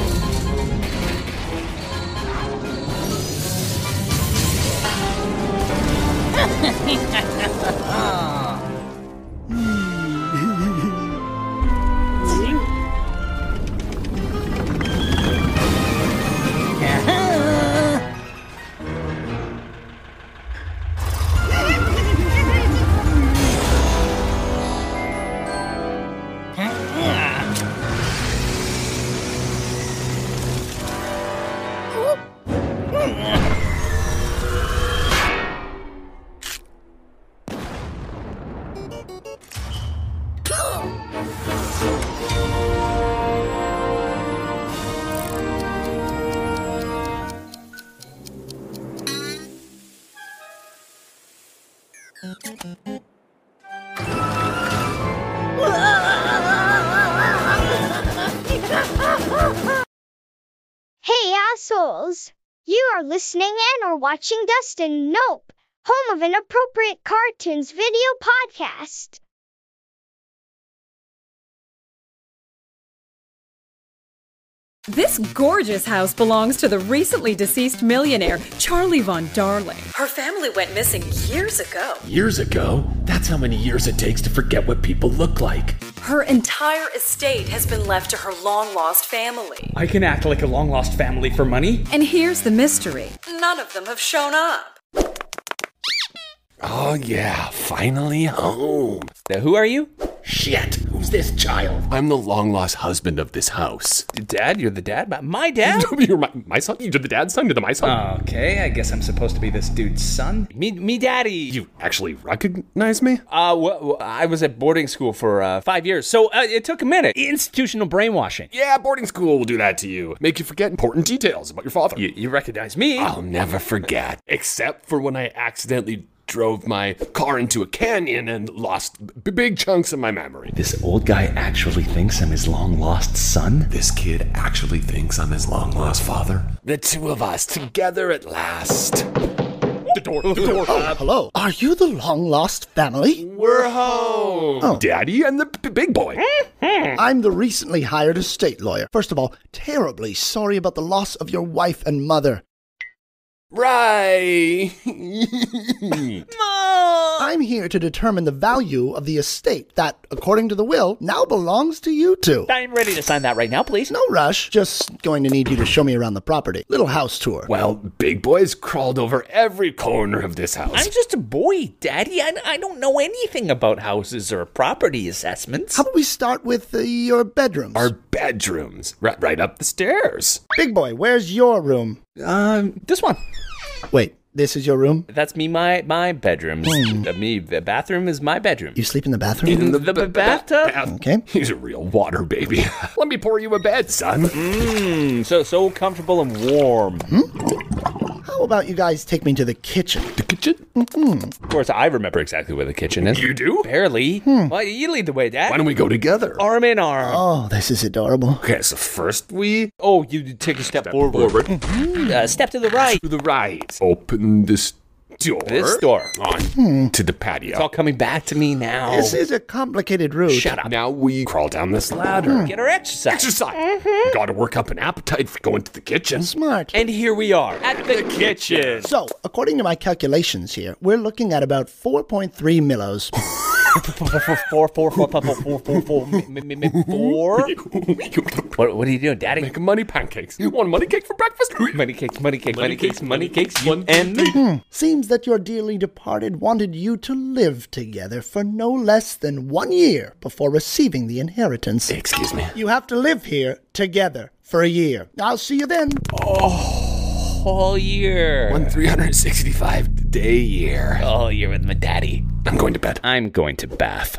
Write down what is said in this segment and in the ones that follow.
嗯 Uh. Hum. souls. You are listening and or watching Dustin Nope, home of inappropriate cartoons video podcast. This gorgeous house belongs to the recently deceased millionaire, Charlie Von Darling. Her family went missing years ago. Years ago? That's how many years it takes to forget what people look like. Her entire estate has been left to her long lost family. I can act like a long lost family for money. And here's the mystery none of them have shown up. Oh, yeah, finally home. Now, who are you? Shit, who's this child? I'm the long lost husband of this house. Dad, you're the dad? My dad? you're my, my son? You're the dad's son? You're the my son? Okay, I guess I'm supposed to be this dude's son. Me, me daddy. You actually recognize me? Uh, well, I was at boarding school for uh, five years, so uh, it took a minute. Institutional brainwashing. Yeah, boarding school will do that to you. Make you forget important details about your father. You, you recognize me? I'll never forget. Except for when I accidentally drove my car into a canyon and lost b- big chunks of my memory. This old guy actually thinks I'm his long lost son? This kid actually thinks I'm his long lost father? The two of us together at last. The door, the door. Oh, hello. Are you the long lost family? Oh. We're home. Daddy and the b- big boy. I'm the recently hired estate lawyer. First of all, terribly sorry about the loss of your wife and mother. Right. I'm here to determine the value of the estate that, according to the will, now belongs to you two. I'm ready to sign that right now, please. No rush, just going to need you to show me around the property. Little house tour. well, big boy's crawled over every corner of this house. I'm just a boy, Daddy. I, I don't know anything about houses or property assessments. How about we start with uh, your bedrooms? Our bedrooms, right, right up the stairs. Big boy, where's your room? Um, this one. Wait, this is your room? That's me. My my bedroom. Hmm. Uh, me. The bathroom is my bedroom. You sleep in the bathroom? the, the, bathtub. Okay. He's a real water baby. Let me pour you a bed, son. Mm, so so comfortable and warm. Hmm? How about you guys take me to the kitchen? The kitchen? Of course, I remember exactly where the kitchen is. You do? Hmm. Barely. Well, you lead the way, Dad. Why don't we go together? Arm in arm. Oh, this is adorable. Okay, so first we Oh, you take a step, forward. Uh, step to the right. to the right. Open this door. This door. On Hmm. to the It's all patio. coming back to me now. This is a complicated route. Shut up. Hmm. Now we crawl down this ladder. Hmm. Get our exercise. Mm-hmm. Exercise. Gotta work up an appetite for going to the kitchen. Smart. And here we are at the, kitchen. So, according to my calculations here, we're looking at about 4.3 millos. Four, four, four, four, four, four, four, four, m- m- m- m- four. What, what are you doing, Daddy? Make money pancakes. You want money cake for breakfast? Money cakes, money cakes, money cakes, money cakes. One, You and me. Hmm. Seems that your dearly departed wanted you to live together for no less than one year before receiving the inheritance. Excuse me. You have to live here together for a year. I'll see you then. Oh. All year. One 365 day year. All year with my daddy. I'm going to bed. I'm going to bath.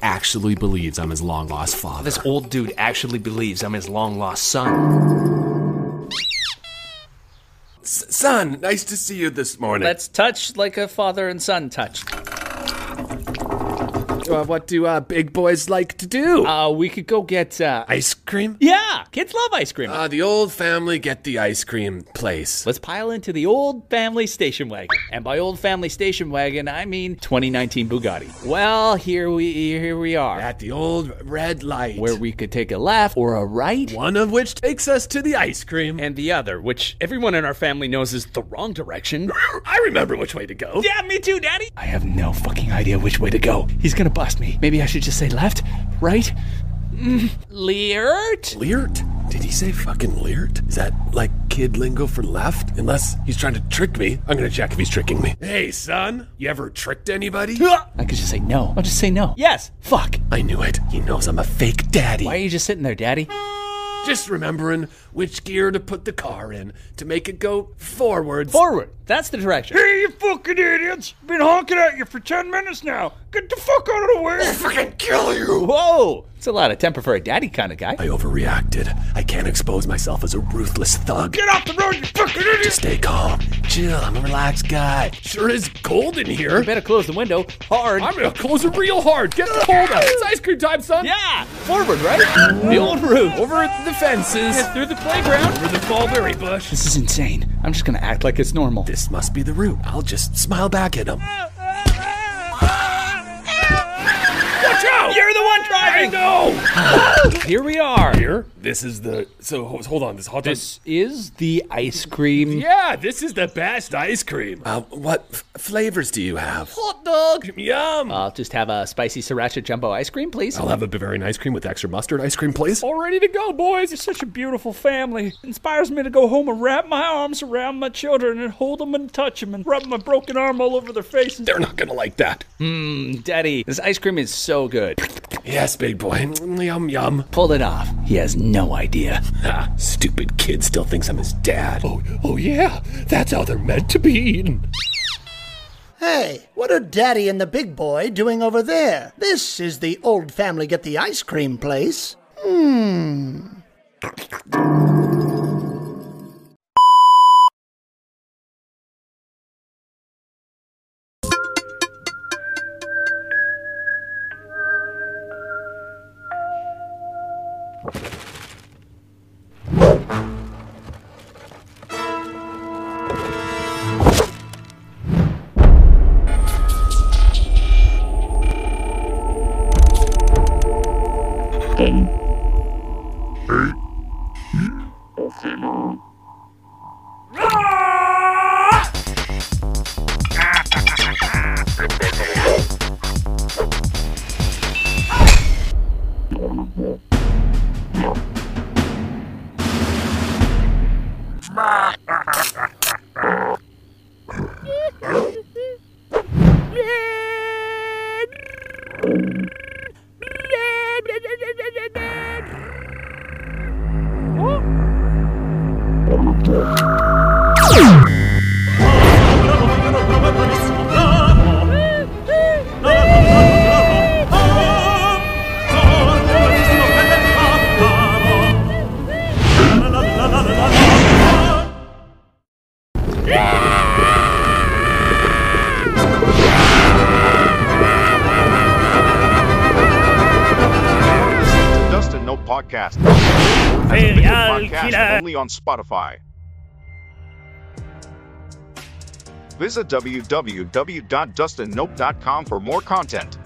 actually believes I'm his long lost father. This old dude actually believes I'm his long lost son. S- son, nice to see you this morning. Let's touch like a father and son touch. Uh, what do uh, big boys like to do? Uh, we could go get. Uh, ice cream? yeah, kids love ice cream. Uh, the old family get the ice cream place. Let's pile into the old family station wagon. And by old family station wagon, I mean 2019 Bugatti. Well, here we here we are. At the old red light. Where we could take a left or a right. one of which takes us to the ice cream. And the other, which everyone in our family knows is the wrong direction. I remember which way to go. Yeah, me too, Daddy. I have no fucking idea which way to go. He's gonna bust me. Maybe I should just say left, right? Mm, Leert. Leert? Did he say fucking Leert? Is that like kid lingo for left? Unless he's trying to trick me. I'm gonna check if he's tricking me. Hey, son, you ever tricked anybody? I could just say no. I'll just say no. Yes. Fuck. I knew it. He knows I'm a fake daddy. Why are you just sitting there, Daddy? Just remembering which gear to put the car in to make it go forwards. Forward. That's the direction. Hey, you fucking idiots! Been honking at you for 10 minutes now! Get the fuck out of the way! fucking kill you! Whoa. It's a lot of temper for a daddy kind of guy. I overreacted. I can't expose myself as a ruthless thug. Get off the road, you fucking idiots! Stay calm. Chill. I'm a relaxed guy. Sure is cold in here. Better close the window hard. I'm gonna close it real hard. Get the cold out. It's ice cream time, son. Yeah. Forward, right? the old roof. Over the fences. through the playground. Over the mulberry bush. This is insane. I'm just gonna act like it's normal. This must be the route. I'll just smile back at him. Watch out! You're the one I driving. know. Here we are. Here, this is the. So ho- hold on. This hot dog. This is the ice cream. Yeah, this is the best ice cream. Uh, what f- flavors do you have? Hot dog. Yum. I'll just have a spicy sriracha jumbo ice cream, please. I'll have a Bavarian ice cream with extra mustard ice cream, please. All ready to go, boys! You're such a beautiful family. Inspires me to go home and wrap my arms around my children and hold them and touch them and rub my broken arm all over their faces. They're not gonna like that. Hmm, Daddy, this ice cream is so good. Yes, big boy. Mm, Yum, yum. Pulled it off. He has no idea. Ha, stupid kid still thinks I'm his dad. Oh, oh yeah. That's how they're meant to be eaten. Hey, what are Daddy and the big boy doing over there? This is the old family get the ice cream place. Dust and Note podcast. That's a video podcast only on Spotify. Visit www.dustandnope.com for more content.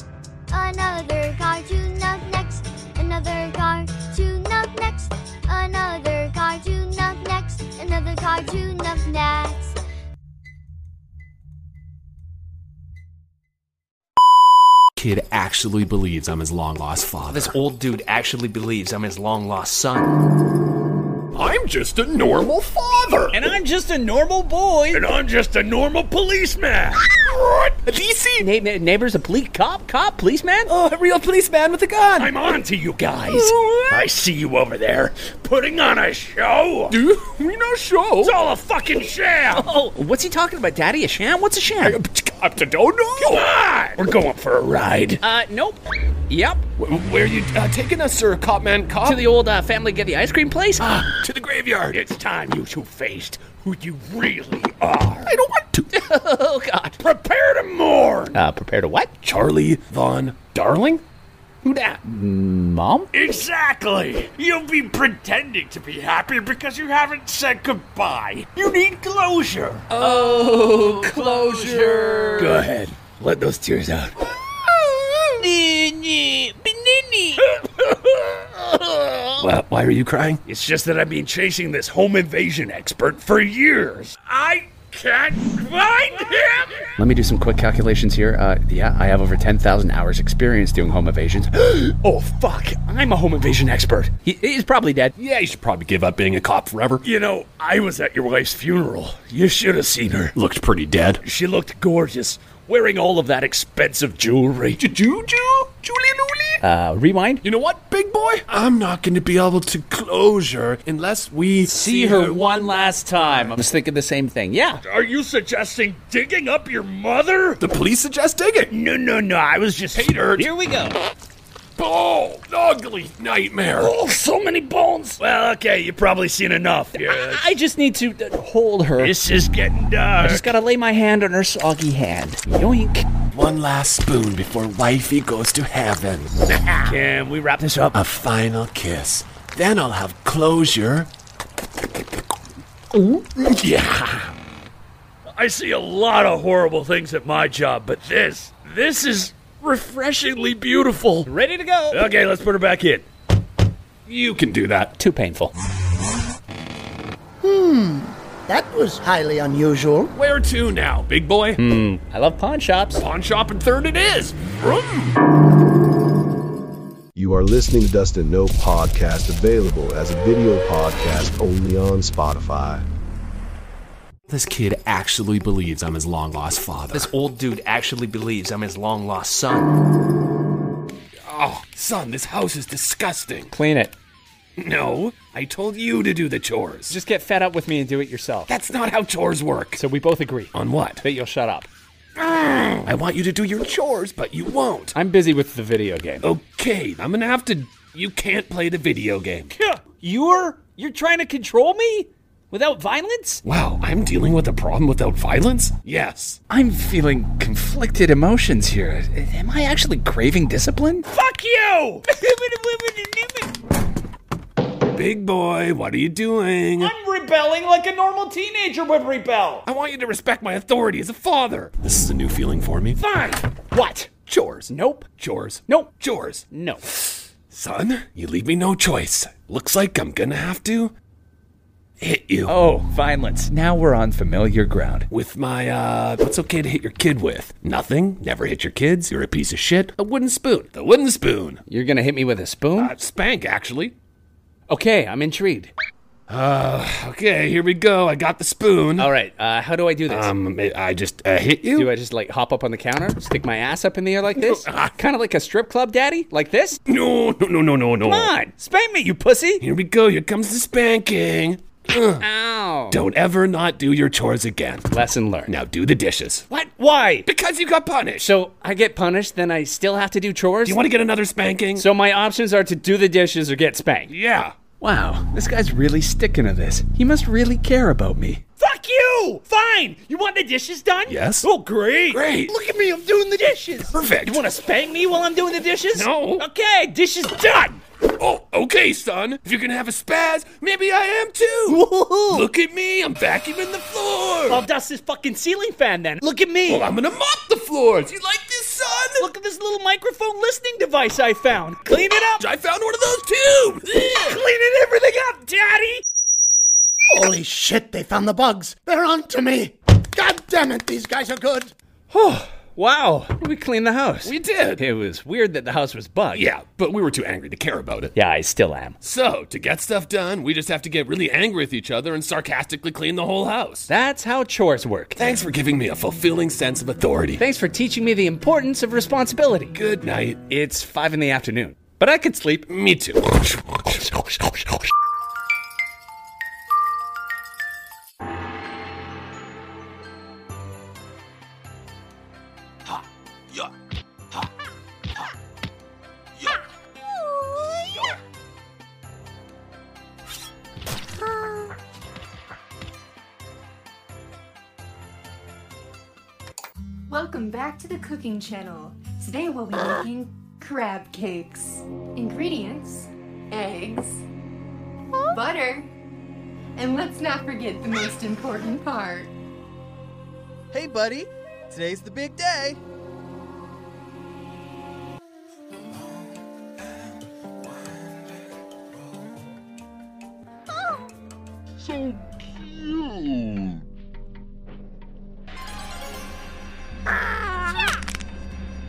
Another cartoon up next. Another cartoon up next. Another cartoon up next. Another cartoon up next. Kid actually believes I'm his long lost father. This old dude actually believes I'm his long lost son. I'm just a normal father. And I'm just a normal boy. And I'm just a normal policeman. A DC? neighbor's a police cop? Cop? Policeman? Oh, a real policeman with a gun. I'm on to you guys. I see you over there putting on a show. Dude, we no show. It's all a fucking sham. Oh, what's he talking about, Daddy? A sham? What's a sham? I don't know. Come on. We're going for a ride. Uh, nope. Yep. Where are you uh, taking us, sir? Cop man, cop? To the old uh, family get the ice cream place? Ah, to the graveyard. It's time you two faced who you really are. I don't want to. oh, God. Prepare to mourn. Uh, prepare to what? Charlie Von Darling? Who dat? Mom? Exactly. You'll be pretending to be happy because you haven't said goodbye. You need closure. Oh, closure. Go ahead. Let those tears out. Why, why are you crying? It's just that I've been chasing this home invasion expert for years. I can't find him. Let me do some quick calculations here. Uh, yeah, I have over 10,000 hours experience doing home evasions. oh, fuck. I'm a home invasion expert. He, he's probably dead. Yeah, you should probably give up being a cop forever. You know, I was at your wife's funeral. You should have seen her. Looked pretty dead. She looked gorgeous, wearing all of that expensive jewelry. Juju? Julie Luli? Uh, rewind. You know what, big boy? I'm not going to be able to closure unless we See her one last time. I was thinking the same thing. Yeah. Are you suggesting digging up your mother? The police suggest digging. No, no, no. I was just. Hey, nerd. Here we go. Oh, ugly nightmare. Oh, so many bones. Well, okay, you've probably seen enough. Yeah. I just need to uh, hold her. This is getting I dark. just gotta lay my hand on her soggy hand. Yoink. one last spoon before wifey goes to heaven. Can we wrap this up? A final kiss. Then I'll have closure. Yeah. I see a lot of horrible things at my job, but this, this is refreshingly beautiful. Ready to go. Okay, let's put her back in. You can do that. Too painful. Hmm, That was highly unusual. Where to now, big boy? Hmm. I love pawn shops. Pawn shop and third it is. Vroom. You are listening to Dust and Nope podcast, available as a video podcast only on Spotify. This kid actually believes I'm his long lost father. This old dude actually believes I'm his long lost son. Oh, son, this house is disgusting. Clean it. No, I told you to do the chores. Just get fed up with me and do it yourself. That's not how chores work. So we both agree On what? that you'll shut up. I want you to do your chores, but you won't. Oh. I'm busy with the video game. Okay, I'm gonna have to. You can't play the video game. You're you're trying to control me without violence? Wow, I'm dealing with a problem without violence? Yes. I'm feeling conflicted emotions here. Am I actually craving discipline? Fuck you! Big boy, what are you doing? I'm rebelling like a normal teenager would rebel. I want you to respect my authority as a father. This is a new feeling for me. Fine. What? Chores. Nope. Chores. Nope. Chores. No. Son, you leave me no choice. Looks like I'm gonna have to hit you Oh, violence. Now we're on familiar ground. with my, uh, what's okay to hit your kid with? Nothing. Never hit your kids. You're a piece of shit. A wooden spoon. The wooden spoon. You're gonna hit me with a spoon? Uh, spank, actually. okay, I'm intrigued. Uh, okay, here we go. I got the spoon. All right, uh, how do I do this? Um, I just uh, hit you. Do I just like hop up on the counter, stick my ass up in the air like this, kind of like a strip club daddy, like this? No, no, no, no, no, no. Come on, spank me, you pussy. Here we go. Here comes the spanking. Ugh. Ow! Don't ever not do your chores again. Oh. Lesson learned. Now do the dishes. What? Why? Because you got punished. So I get punished, then I still have to do chores. Do you want to get another spanking? So my options are to do the dishes or get spanked. yeah. Wow, this guy's really sticking to this. He must really care about me. Fuck you! Fine! You want the dishes done? Yes. Oh, great! Great. Look at me, I'm doing the dishes! Perfect. You want to spank me while I'm doing the dishes? No. Okay, dishes done! 哦 Oh, okay, son. If you're gonna have a spaz, maybe I am too. Look at me. I'm vacuuming the floor. I'll dust this fucking ceiling fan then. Look at me! Well, I'm gonna mop the floors. You like this, son? Look at this little microphone listening device I found. Clean it up! I found one of those too. Cleaning everything up, Daddy! Holy shit, they found the bugs. They're onto me. God damn it, these guys are good. Wow, we cleaned the house. We did. It was weird that the house was bugged. Yeah, but we were too angry to care about it. Yeah, I still am. So, to get stuff done, we just have to get really angry with each other and sarcastically clean the whole house. That's how chores work. Thanks for giving me a fulfilling sense of authority. Thanks for teaching me the importance of responsibility. Good night. It's five in the afternoon, but I could sleep. Me too. Welcome back to the cooking channel. Today we'll be making crab cakes. Ingredients eggs, butter, and let's not forget the most important part. Hey, buddy. Today's the big day.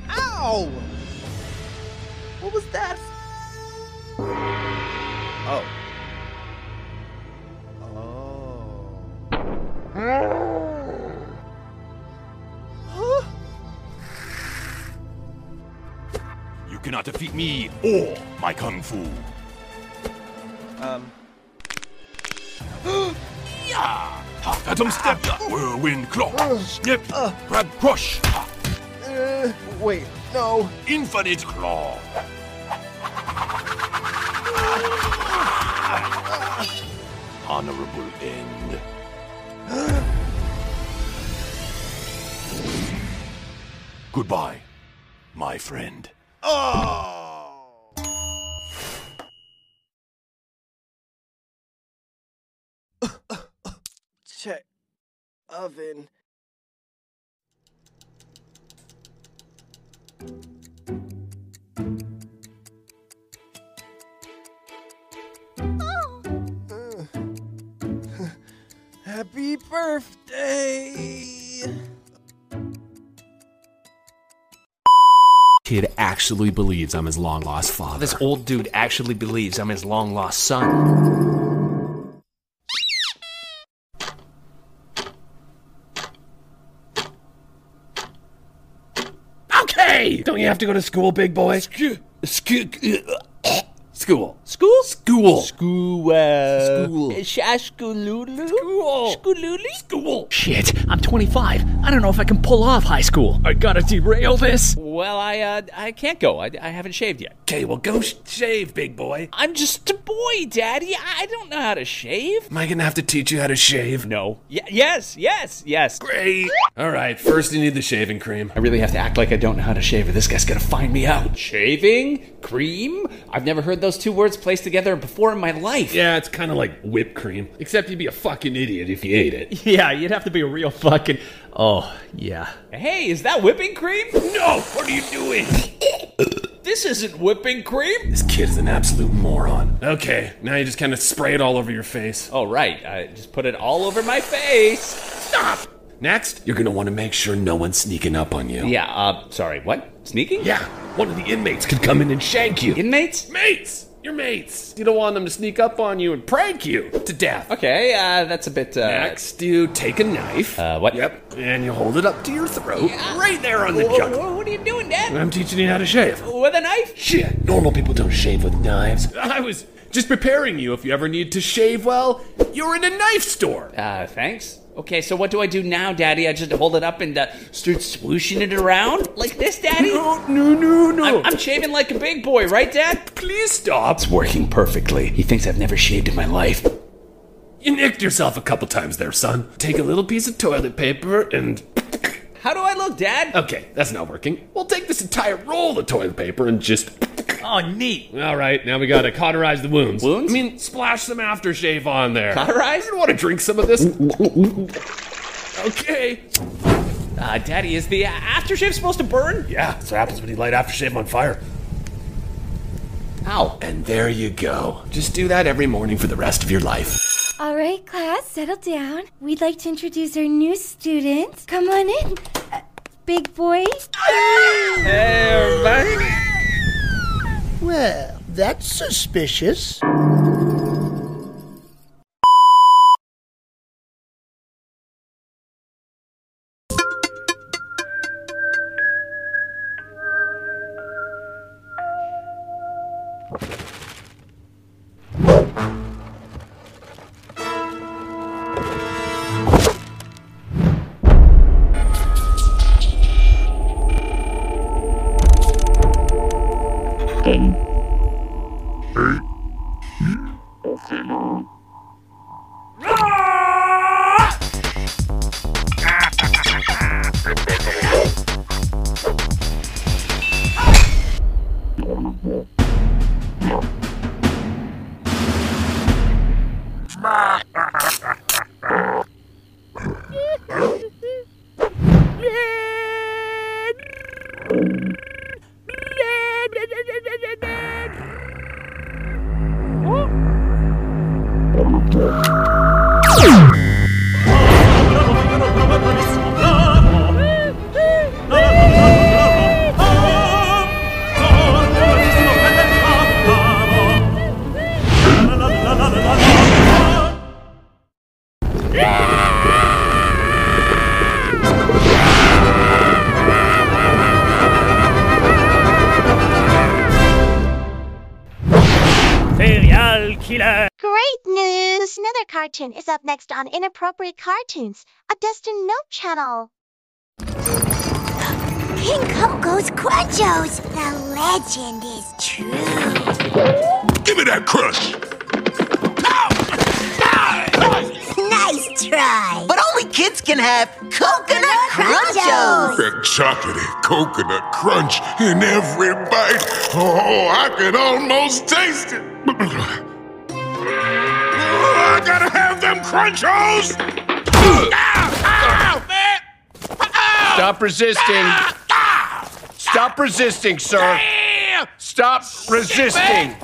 Ow! What was that? Oh. Oh. Huh? You cannot defeat me or my kung fu. Um. Yeah! Ha, Atom step, Ah, whirlwind claw, snip, crab crush, ha, Uh, wait, no. infinite claw. Honorable end. Goodbye, my friend. Check. Oven. Uh, Happy birthday! Kid actually believes I'm his long lost father. Oh, This old dude actually believes I'm his long lost son. Okay! Don't you have to go to school, big boy? School. uh, School. School? School. School. School. Shashkululu? School. School. Shit, I'm 25. I don't know if I can pull off high school. I gotta derail this. Well, I uh, I can't go. I, I haven't shaved yet. Okay, well, go sh- shave, big boy. I'm just a boy, Daddy. I I don't know how to shave. Am I gonna have to teach you how to shave? No. Y- yes, yes, yes. Great. All right, first you need the shaving cream. I really have to act like I don't know how to shave, or this guy's gonna find me out. Shaving, cream. I've never heard those two words placed together before in my life. Yeah, it's kind of like whipped cream, except you'd be a fucking idiot if you ate it. Yeah, you'd have to be a real fucking. Oh, yeah. Hey, is that whipping cream? No, what are you doing? This isn't whipping cream. This kid's an absolute moron. Okay, now you just kind of spray it all over your face. Oh right, I just put it all over my face. Stop! Next, you're gonna want to make sure no one's sneaking up on you. Yeah. Uh, sorry. What? Sneaking? Yeah, one of the inmates could come in and shank you. Inmates? Mates! Your mates. You don't want them to sneak up on you and prank you to death. Okay, uh, that's a bit. Uh... Next, you take a knife. Uh, what? Yep. And you hold it up to your throat, right there on the Wha- junk. wha- What are you doing, Dad? I'm teaching you how to shave. With a knife? Shit, normal people don't shave with knives. I was just preparing you if you ever need to shave well. You're in a knife store. Uh, thanks. Okay, so what do I do now, Daddy? I just hold it up and uh, start swooshing it around like this, Daddy? No, no, no, no. I'm, I'm shaving like a big boy, right, Dad? Please stop. It's working perfectly. He thinks I've never shaved in my life. You nicked yourself a couple times there, son. Take a little piece of toilet paper and. How do I look, Dad? Okay, that's not working. We'll take this entire roll of toilet paper and just. Oh, neat. All right, now we gotta cauterize the wounds. Wounds? I mean, splash some aftershave on there. Cauterize? You want to drink some of this? okay. Uh, Daddy, is the uh, aftershave supposed to burn? Yeah, that's what happens when you light aftershave on fire. Ow. And there you go. Just do that every morning for the rest of your life. All right, class, settle down. We'd like to introduce our new student. Come on in, uh, big boy. Hey, everybody. Well, that's suspicious. Serial killer. Great news! Another cartoon is up next on Inappropriate Cartoons, a Destin Note channel. King Coco's Quachos! The legend is true. Give me that crush. Nice try! But only kids can have coconut Oh. crunchos! That chocolatey coconut crunch in every bite. Oh, I can almost taste it. Oh, I gotta have them crunchos. Stop resisting. Stop resisting, sir. Stop resisting.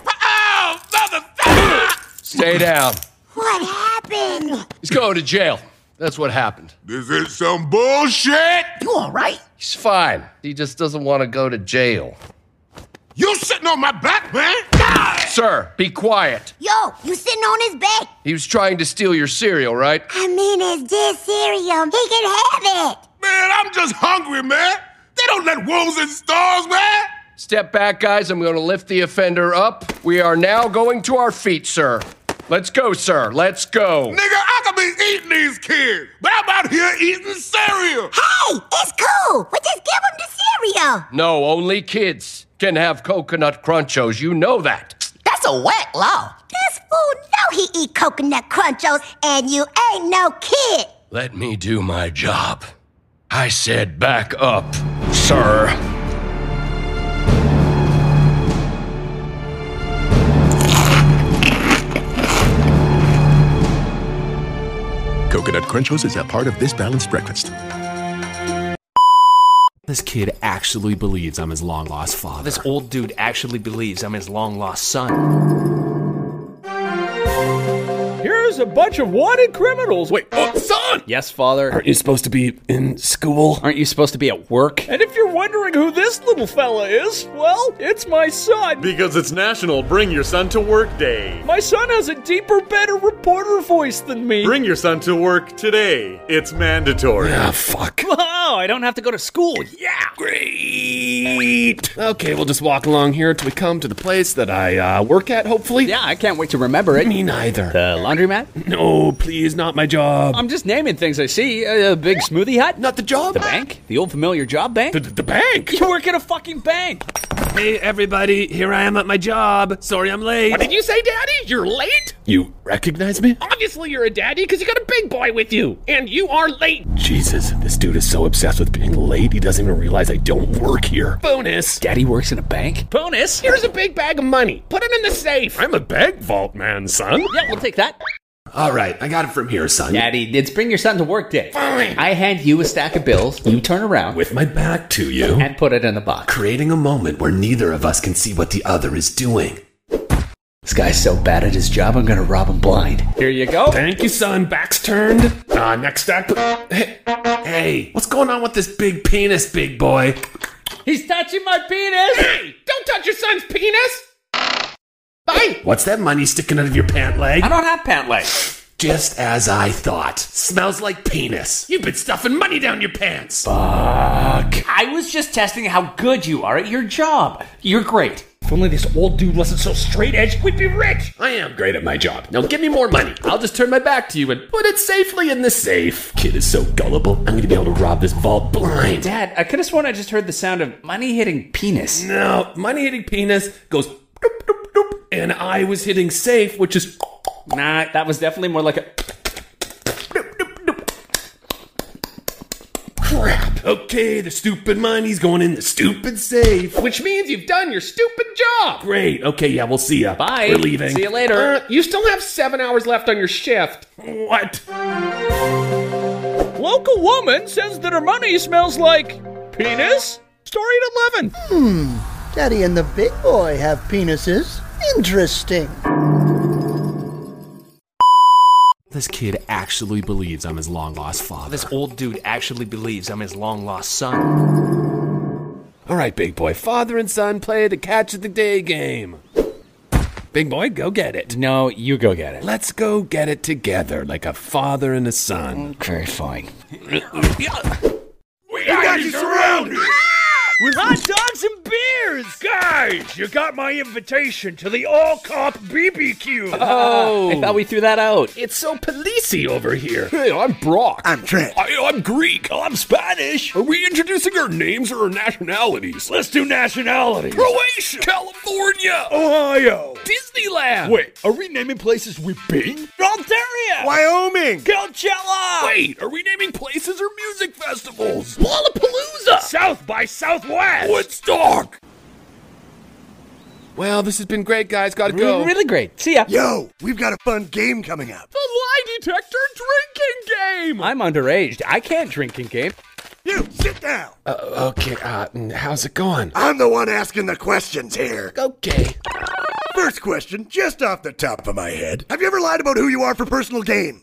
Stay down. What happened? He's going to jail. That's what happened. This is some bullshit. You alright? He's fine. He just doesn't want to go to jail. You sitting on my back, man? Sir, be quiet. Yo, you sitting on his bed? He was trying to steal your cereal, right? I mean, it's dead cereal. He can have it! Man, I'm just hungry, man. They don't let wolves in stores, man. Step back, guys. I'm going to lift the offender up. We are now going to our feet, sir. Let's go, sir. Let's go. Nigga, I could be eating these kids, but I'm out here eating cereal. Hey, it's cool. We just give him the cereal. No, only kids can have coconut crunchos. You know that. That's a wet law. This fool know he eat coconut crunchos, and you ain't no kid. Let me do my job. I said back up, sir. Coconut Crunchos is a part of this balanced breakfast. This kid actually believes I'm his long lost father. This old dude actually believes I'm his long lost son. Here's a bunch of wanted criminals. Wait, oh, son! Yes, father. Aren't you supposed to be in school? Aren't you supposed to be at work? And if you're wondering who this little fella is, well, it's my son. Because it's National Bring Your Son to Work Day. My son has a deeper, better reporter voice than me. Bring your son to work today. It's mandatory. Ah, fuck. Wow, I don't have to go to school. Yeah. Great. Okay, we'll just walk along here till we come to the place that I uh, work at, hopefully. Yeah, I can't wait to remember it. Me neither. The laundromat? No, please, not my job. I'm just naming things I see. A big smoothie hut? Not the job. The bank? The old familiar job bank? The, the bank. You work at a fucking bank. Hey, everybody, here I am at my job. Sorry I'm late. What did you say, Daddy? You're late? You recognize me? Obviously, you're a daddy because you got a big boy with you, and you are late. Jesus, this dude is so obsessed with being late, he doesn't even realize I don't work here. Bonus. Daddy works in a bank? Bonus. Here's a big bag of money. Put it in the safe. I'm a bank vault man, son. Yeah, we'll take that. All right, I got it from here, son. Daddy, it's bring your son to work day. Fine. I hand you a stack of bills. You turn around With my back to you, and put it in the box. creating a moment where neither of us can see what the other is doing. This guy's so bad at his job, I'm gonna rob him blind. Here you go. Thank you, son. Back's turned. Uh, next stack. Hey, hey, what's going on with this big penis, big boy? He's touching my penis. Hey, don't touch your son's penis. Bye. What's that money sticking out of your pant leg? I don't have pant legs. Just as I thought. Smells like penis. You've been stuffing money down your pants. Fuck. I was just testing how good you are at your job. You're great. If only this old dude wasn't so straight edge, we'd be rich. I am great at my job. Now give me more money. I'll just turn my back to you and put it safely in the safe. Kid is so gullible. I'm gonna be able to rob this vault blind. Dad, I could have sworn I just heard the sound of money hitting penis. No, money hitting penis goes doop, doop, doop, and I was hitting safe, which is Nah, that was definitely more like a. crap. Okay, the stupid money's going in the stupid safe. Which means you've done your stupid job. Great. Okay, yeah, we'll see ya. Bye. We're leaving. Uh, See you later. You still have seven hours left on your shift. What? Local woman says that her money smells like penis. Story at 11. Hmm. Daddy and the big boy have penises. Interesting. This kid actually believes I'm his long lost father. This old dude actually believes I'm his long lost son. All right, big boy. Father and son play the catch of the day game. Big boy, go get it. No, you go get it. Let's go get it together like a father and a son. Okay, fine. We got you surrounded! With hot dogs and beers. Guys, you got my invitation to the all cop BBQ. Oh, I thought we threw that out. it's so policey over here. Hey, I'm Brock. I'm Trent. I, I'm Greek. I'm Spanish. Are we introducing our names or our nationalities? Let's do nationality. Croatia, California, Ohio. Disneyland. Wait, are we naming places we've been? Altaria. Wyoming. Coachella. Wait, are we naming places or music festivals? Lollapalooza. South by Southwest. Woodstock. Well, this has been great, guys. Gotta go. Really great. See ya. Yo, we've got a fun game coming up. The lie detector drinking game. I'm underage. I can't drink in game. You, sit down. Uh, okay, uh, how's it going? I'm the one asking the questions here. Okay. First question, just off the top of my head. Have you ever lied about who you are for personal gain?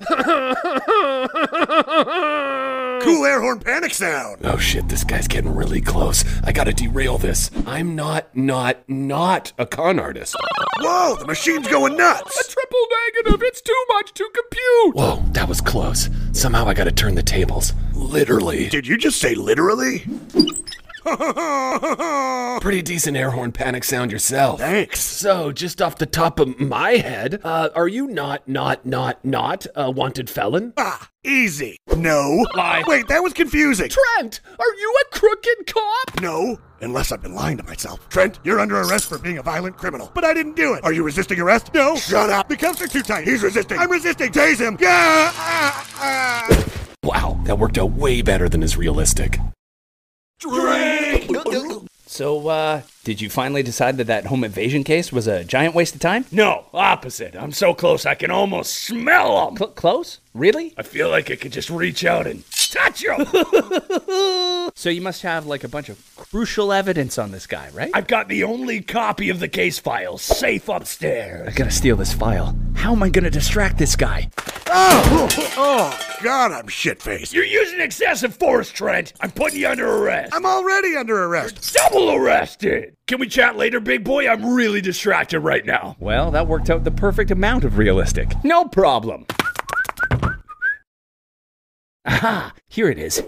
cool air horn panic sound. Oh shit, this guy's getting really close. I gotta derail this. I'm not, not, not a con artist. Whoa, the machine's going nuts. Triple negative. It's too much to compute. Whoa, Oh, that was close. Somehow I gotta turn the tables. Literally. Did you just say literally? Pretty decent air horn panic sound yourself. Thanks. So, just off the top of my head, uh, are you not, not, not, not a wanted felon? Ah, easy. No. Lie. Wait, that was confusing. Trent, are you a crooked cop? No, unless I've been lying to myself. Trent, you're under arrest for being a violent criminal. But I didn't do it. Are you resisting arrest? No. Shut up. The cuffs are too tight. He's resisting. I'm resisting. Tase him. Yeah. ah, ah. Wow, that worked out way better than is realistic. So, uh, did you finally decide that that home invasion case was a giant waste of time? Oh, No, opposite. I'm so close I can almost smell them. Cl- close? Really? I feel like I could just reach out and touch them. So you must have like a bunch of crucial evidence on this guy, right? I've got the only copy of the case file safe upstairs. I gotta steal this file. How am I gonna distract this guy? Oh, oh, God, I'm shit faced. You're using excessive force, Trent. I'm putting you under arrest. I'm already under arrest. double arrested. Can we chat later, big boy? I'm really distracted right now. Well, that worked out the perfect amount of realistic. No problem. Aha, here it is.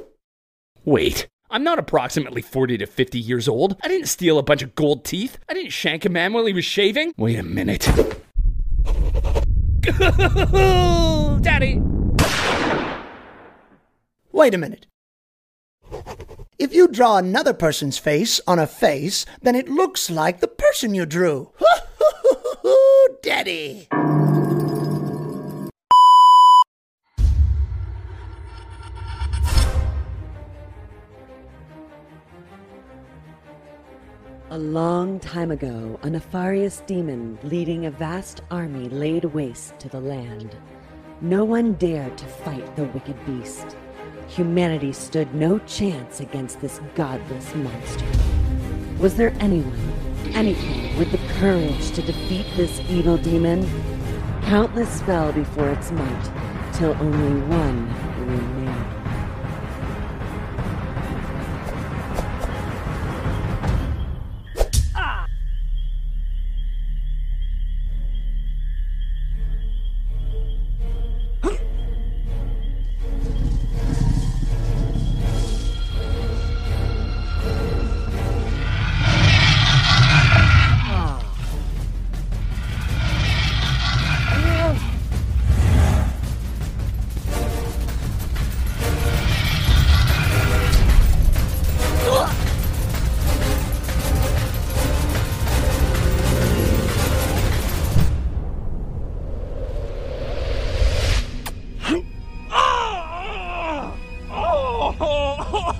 Wait, I'm not approximately 40 to 50 years old. I didn't steal a bunch of gold teeth. I didn't shank a man while he was shaving. Wait a minute. Daddy! Wait a minute. If you draw another person's face on a face, then it looks like the person you drew. Daddy! A long time ago, a nefarious demon leading a vast army laid waste to the land. No one dared to fight the wicked beast. Humanity stood no chance against this godless monster. Was there anyone, anything, with the courage to defeat this evil demon? Countless fell before its might, till only one remained. Oh, oh,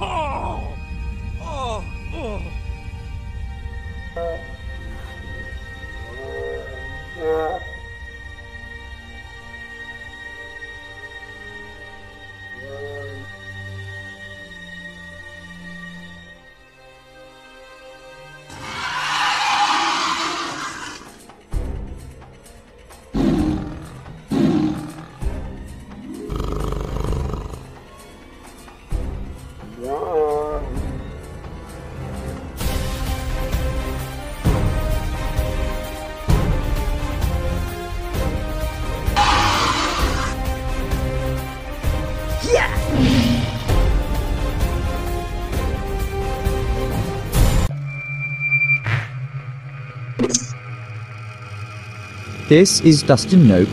oh, oh, oh. This is Dustin Nope.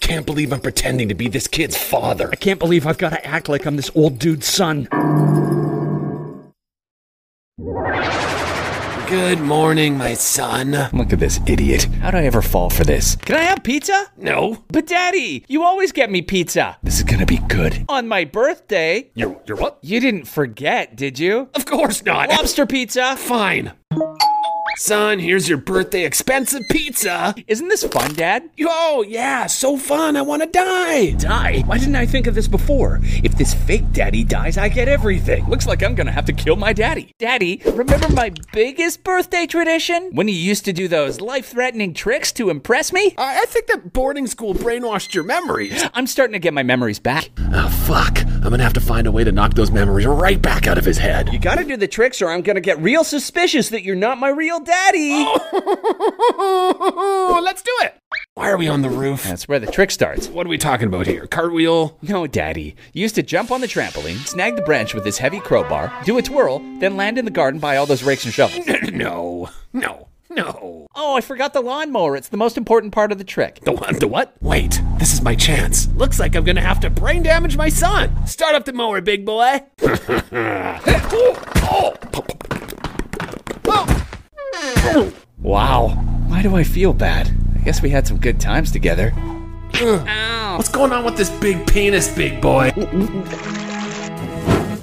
Can't believe I'm pretending to be this kid's father. I can't believe I've gotta act like I'm this old dude's son. Good morning, my son. Look at this idiot. How'd I ever fall for this? Can I have pizza? No. But Daddy, you always get me pizza. This is gonna be good. On my birthday. You're, you're what? You didn't forget, did you? Of course not. Lobster pizza. Fine. Son, here's your birthday expensive pizza. Isn't this fun, Dad? Oh, yeah, so fun. I want to die. Die? Why didn't I think of this before? If this fake daddy dies, I get everything. Looks like I'm gonna have to kill my daddy. Daddy, remember my biggest birthday tradition? When you used to do those life threatening tricks to impress me? I, I think that boarding school brainwashed your memories. I'm starting to get my memories back. Oh, fuck. I'm gonna have to find a way to knock those memories right back out of his head. You gotta do the tricks or I'm gonna get real suspicious that you're not my real daddy. Oh, Let's do it. Why are we on the roof? That's where the trick starts. What are we talking about here? Cartwheel? No, Daddy. You used to jump on the trampoline, snag the branch with his heavy crowbar, do a twirl, then land in the garden by all those rakes and shovels. no, no, no. Oh, I forgot the lawnmower. It's the most important part of the trick. The what? The what? Wait, this is my chance. Looks like I'm gonna have to brain damage my son. Start up the mower, big boy. oh, oh. Oh. Wow. Why do I feel bad? I guess we had some good times together. What's going on with this big penis, big boy?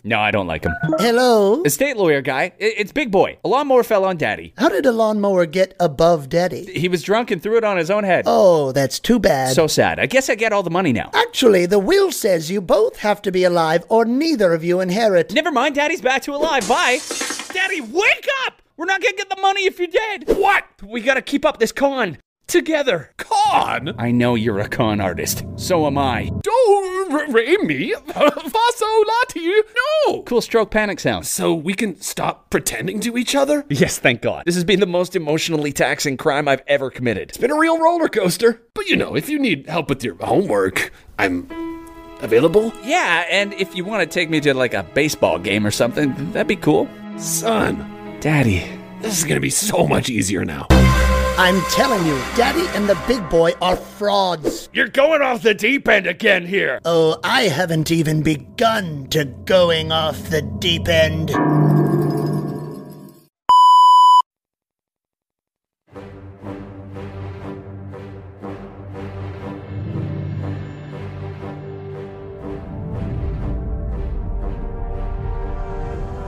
No, I don't like him. Hello? Estate lawyer guy. I- It's Big Boy. A lawnmower fell on Daddy. How did a lawnmower get above daddy? He was drunk and threw it on his own head. Oh, that's too bad. So sad. I guess I get all the money now. Actually, the will says you both have to be alive or neither of you inherit. Never mind, Daddy's back to alive. Bye. Daddy, wake up! We're not gonna get the money if you're dead. What? We gotta keep up this con. Together. Con? I know you're a con artist. So am I. Do re mi faso lati. No. Cool stroke panic sound. So we can stop pretending to each other. Yes, thank God. This has been the most emotionally taxing crime I've ever committed. It's been a real roller coaster. But you know, if you need help with your homework, I'm available. Yeah, and if you want to take me to like a baseball game or something, that'd be cool. Son, Daddy, this is gonna be so much easier now. I'm telling you, daddy and the big boy are frauds. You're going off the deep end again here. Oh, I haven't even begun to going off the deep end.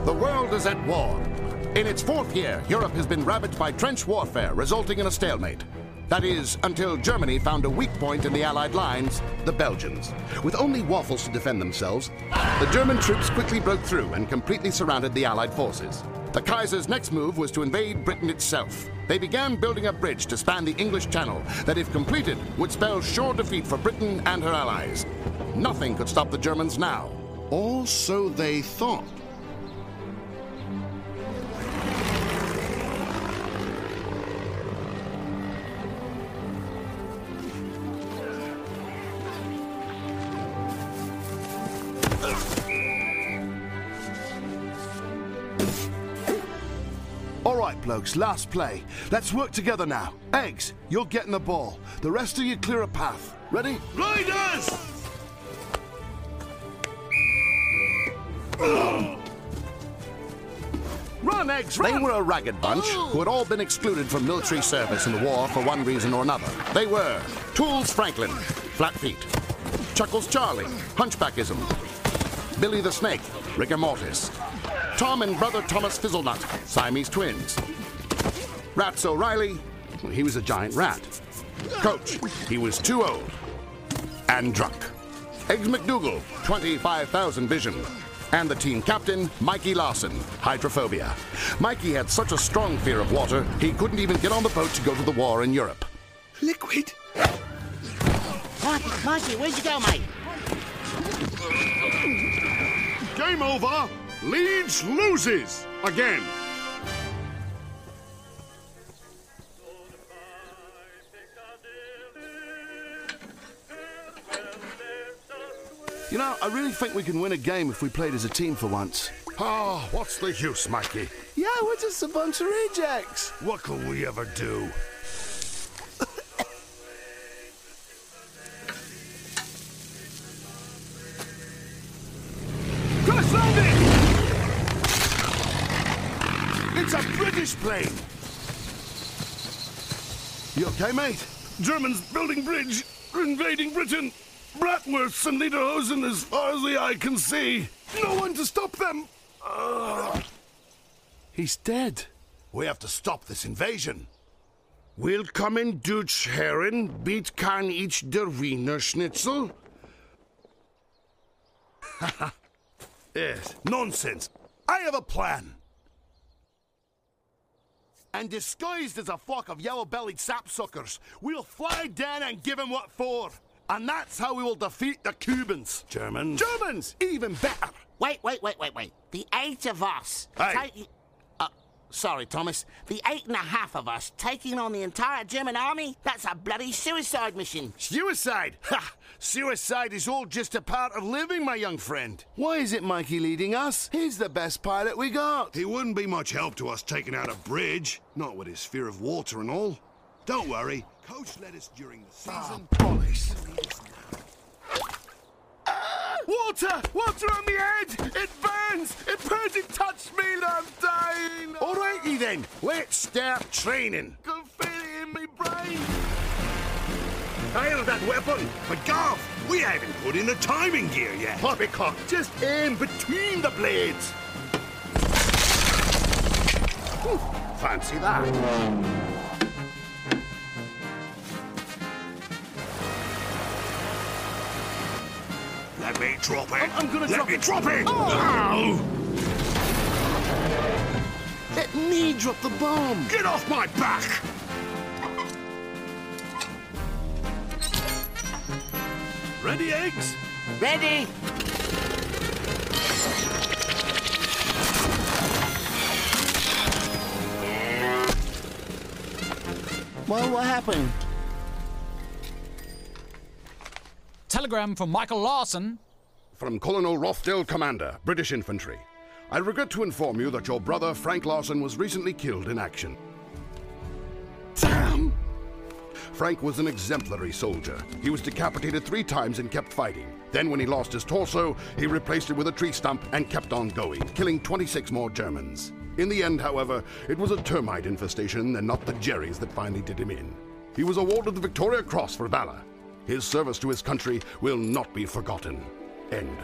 The world is at war. In its fourth year, Europe has been ravaged by trench warfare, resulting in a stalemate. That is, until Germany found a weak point in the Allied lines, the Belgians. With only waffles to defend themselves, the German troops quickly broke through and completely surrounded the Allied forces. The Kaiser's next move was to invade Britain itself. They began building a bridge to span the English Channel that, if completed, would spell sure defeat for Britain and her allies. Nothing could stop the Germans now. Or so they thought. All right, blokes, last play. Let's work together now. Eggs, you're getting the ball. The rest of you clear a path. Ready? Riders! Run, eggs, run! They were a ragged bunch who had all been excluded from military service in the war for one reason or another. They were Tools Franklin, Flat Feet, Chuckles Charlie, Hunchbackism, Billy the Snake, Rigor Mortis, Tom and brother Thomas Fizzlenut, Siamese twins. Rats O'Reilly, well, he was a giant rat. Coach, he was too old and drunk. Eggs McDougal, 25,000 vision. And the team captain, Mikey Larson, hydrophobia. Mikey had such a strong fear of water, he couldn't even get on the boat to go to the war in Europe. Liquid. Monty, Monty, where'd you go, mate? Game over. Leeds loses again. You know, I really think we can win a game if we played as a team for once. Ah, what's the use, Mikey? Yeah, we're just a bunch of rejects. What can we ever do? Crash landing! It's a British plane! You okay, mate? Germans building bridge, invading Britain. Bratwursts and Lederhosen as far as the eye can see. No one to stop them. Ugh. He's dead. We have to stop this invasion. Will kommen Deutsch Herren, beat kann ich der Wiener Schnitzel? yes, nonsense. I have a plan. And disguised as a flock of yellow bellied sapsuckers, we'll fly down and give 'em what for. And that's how we will defeat the Cubans. German. Germans, even better. Wait, wait, wait, wait, wait. The eight of us. Hey. Taking, uh, sorry, Thomas. The eight and a half of us taking on the entire German army? That's a bloody suicide mission. Suicide? Ha! Suicide is all just a part of living, my young friend. Why is it Mikey leading us? He's the best pilot we got. He wouldn't be much help to us taking out a bridge, not with his fear of water and all. Don't worry, Coach led us during the Ah, season. Water! Water on the head! It burns! It burns! It touched me and I'm dying! Alrighty then, let's start training. can feel it in my brain. Hail that weapon! My God! We haven't put in a timing gear yet. Poppycock, just aim between the blades. Whew, Fancy that. Let me drop it. I'm gonna Let drop me it. drop it. Oh. Ow! Let me drop the bomb. Get off my back. Ready, eggs? Ready? Well, what happened? Telegram from Michael Larson. From Colonel Rothdale, Commander, British Infantry. I regret to inform you that your brother, Frank Larson, was recently killed in action. Damn! Frank was an exemplary soldier. He was decapitated three times and kept fighting. Then, when he lost his torso, he replaced it with a tree stump and kept on going, killing 26 more Germans. In the end, however, it was a termite infestation and not the Jerry's that finally did him in. He was awarded the Victoria Cross for valor. His service to his country will not be forgotten. End.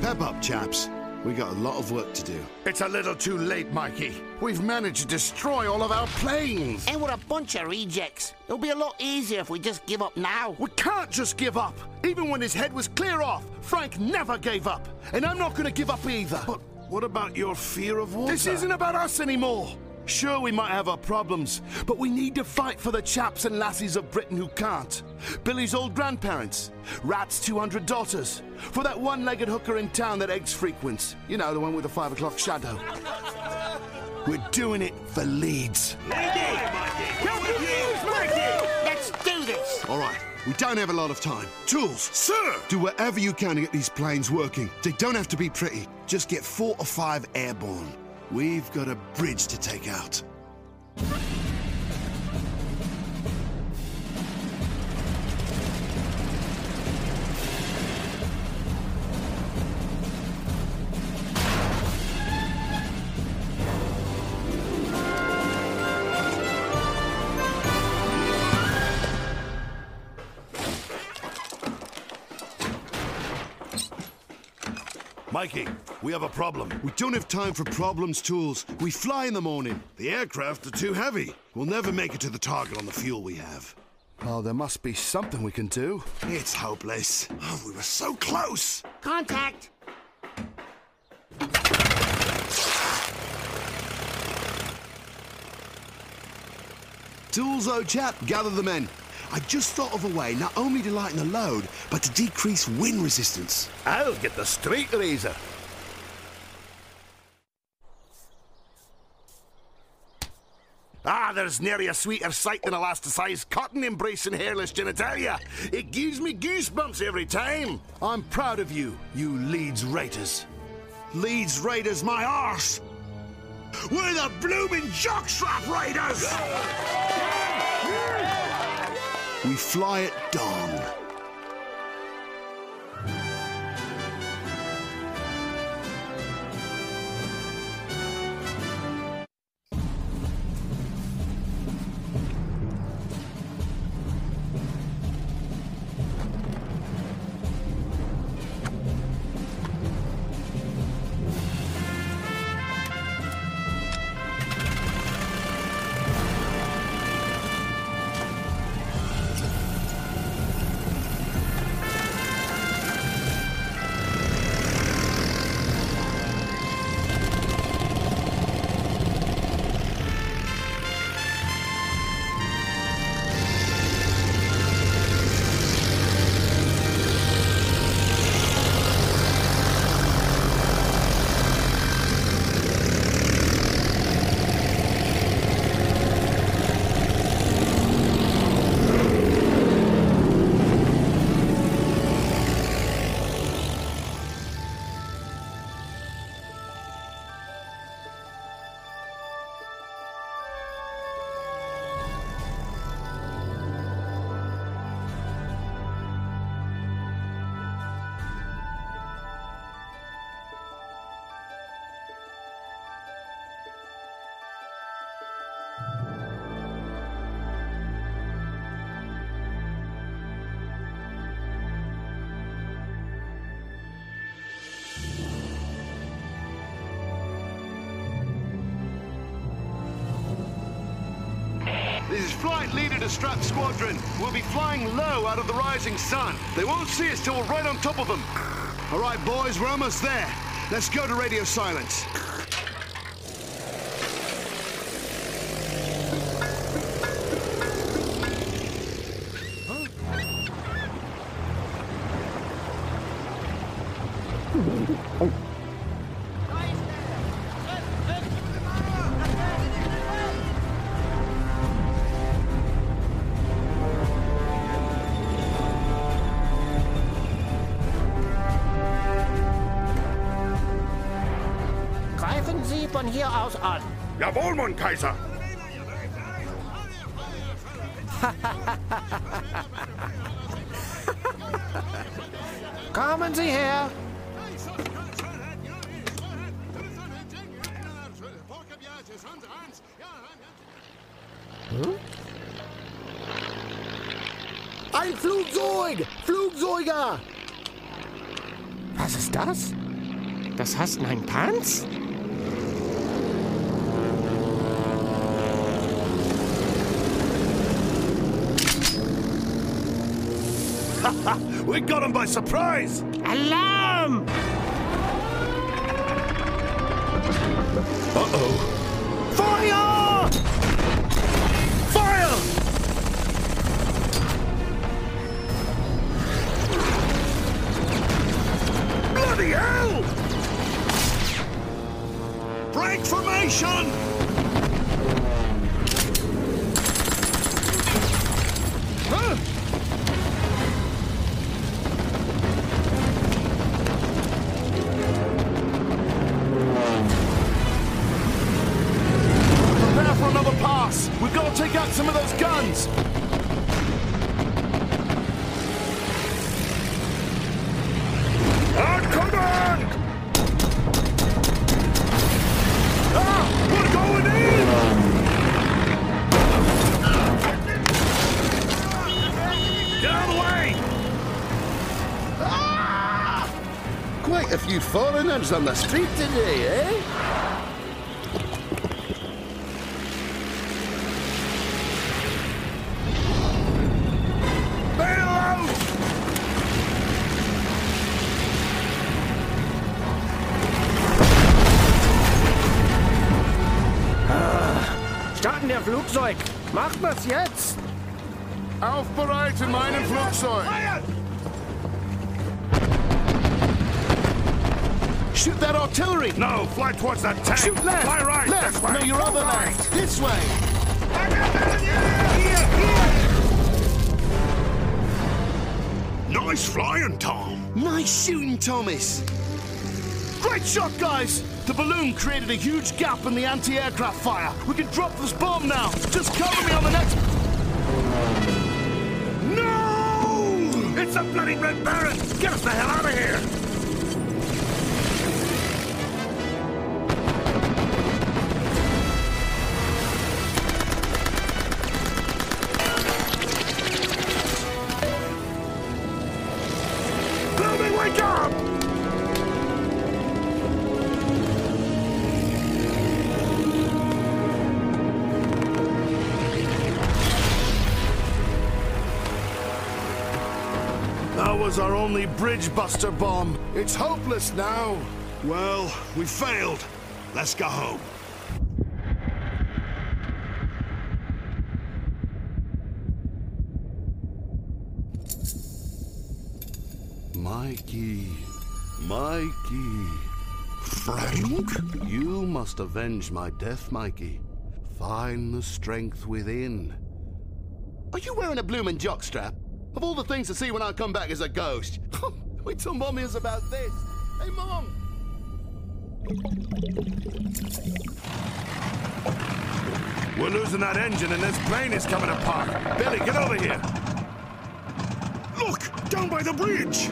Pep up, chaps. We got a lot of work to do. It's a little too late, Mikey. We've managed to destroy all of our planes. And we're a bunch of rejects. It'll be a lot easier if we just give up now. We can't just give up. Even when his head was clear off, Frank never gave up. And I'm not going to give up either. But what about your fear of water? This isn't about us anymore. Sure, we might have our problems, but we need to fight for the chaps and lassies of Britain who can't. Billy's old grandparents, Rat's 200 daughters, for that one legged hooker in town that Eggs frequents. You know, the one with the five o'clock shadow. We're doing it for Leeds. Let's do this. All right, we don't have a lot of time. Tools, sir, do whatever you can to get these planes working. They don't have to be pretty. Just get four or five airborne. We've got a bridge to take out. Mikey, we have a problem. We don't have time for problems, tools. We fly in the morning. The aircraft are too heavy. We'll never make it to the target on the fuel we have. Oh, there must be something we can do. It's hopeless. Oh, we were so close. Contact. Tools, old chap, gather the men. I just thought of a way not only to lighten the load, but to decrease wind resistance. I'll get the straight razor. Ah, there's nary a sweeter sight than elasticized cotton embracing hairless genitalia. It gives me goosebumps every time. I'm proud of you, you Leeds Raiders. Leeds Raiders, my arse! We're the blooming jockstrap Raiders! We fly at dawn. flight leader to Strap Squadron. We'll be flying low out of the rising sun. They won't see us till we're right on top of them. All right, boys, we're almost there. Let's go to radio silence. Greifen Sie von hier aus an. Jawohl, mein Kaiser. Kommen Sie her. Hm? Ein Flugzeug! Flugzeuger! Was ist das? Das hast du einen Tanz? we got him by surprise! Alarm! Uh oh. Feuer! Feuer! Bloody hell! Break formation! Huh? Prepare for another pass! We've got to take out some of those guns! Out command! Ah! We're going in! Get out of the way! Quite a few foreigners on the street today, eh? Bail out! Starten der Flugzeug! Macht das jetzt! Aufbereiten meinen Flugzeug! Shoot that artillery! No, fly towards that tank! Shoot left! Fly right! Left! This way. No, your other Go left! right. This way! Nice flying, Tom. Nice shooting, Thomas. Great shot, guys. The balloon created a huge gap in the anti aircraft fire. We can drop this bomb now. Just cover me on the next. No! It's a bloody Red Baron! Get us the hell out of here! Building, wake up! That was our only bridge buster bomb. It's hopeless now. Well, we failed. Let's go home. Mikey, Mikey. Frank? You must avenge my death, Mikey. Find the strength within. Are you wearing a bloomin' jockstrap? Of all the things to see when I come back as a ghost. Wait till Mommy is about this. Hey, Mom! We're losing that engine and this plane is coming apart. Billy, get over here. Look, down by the bridge.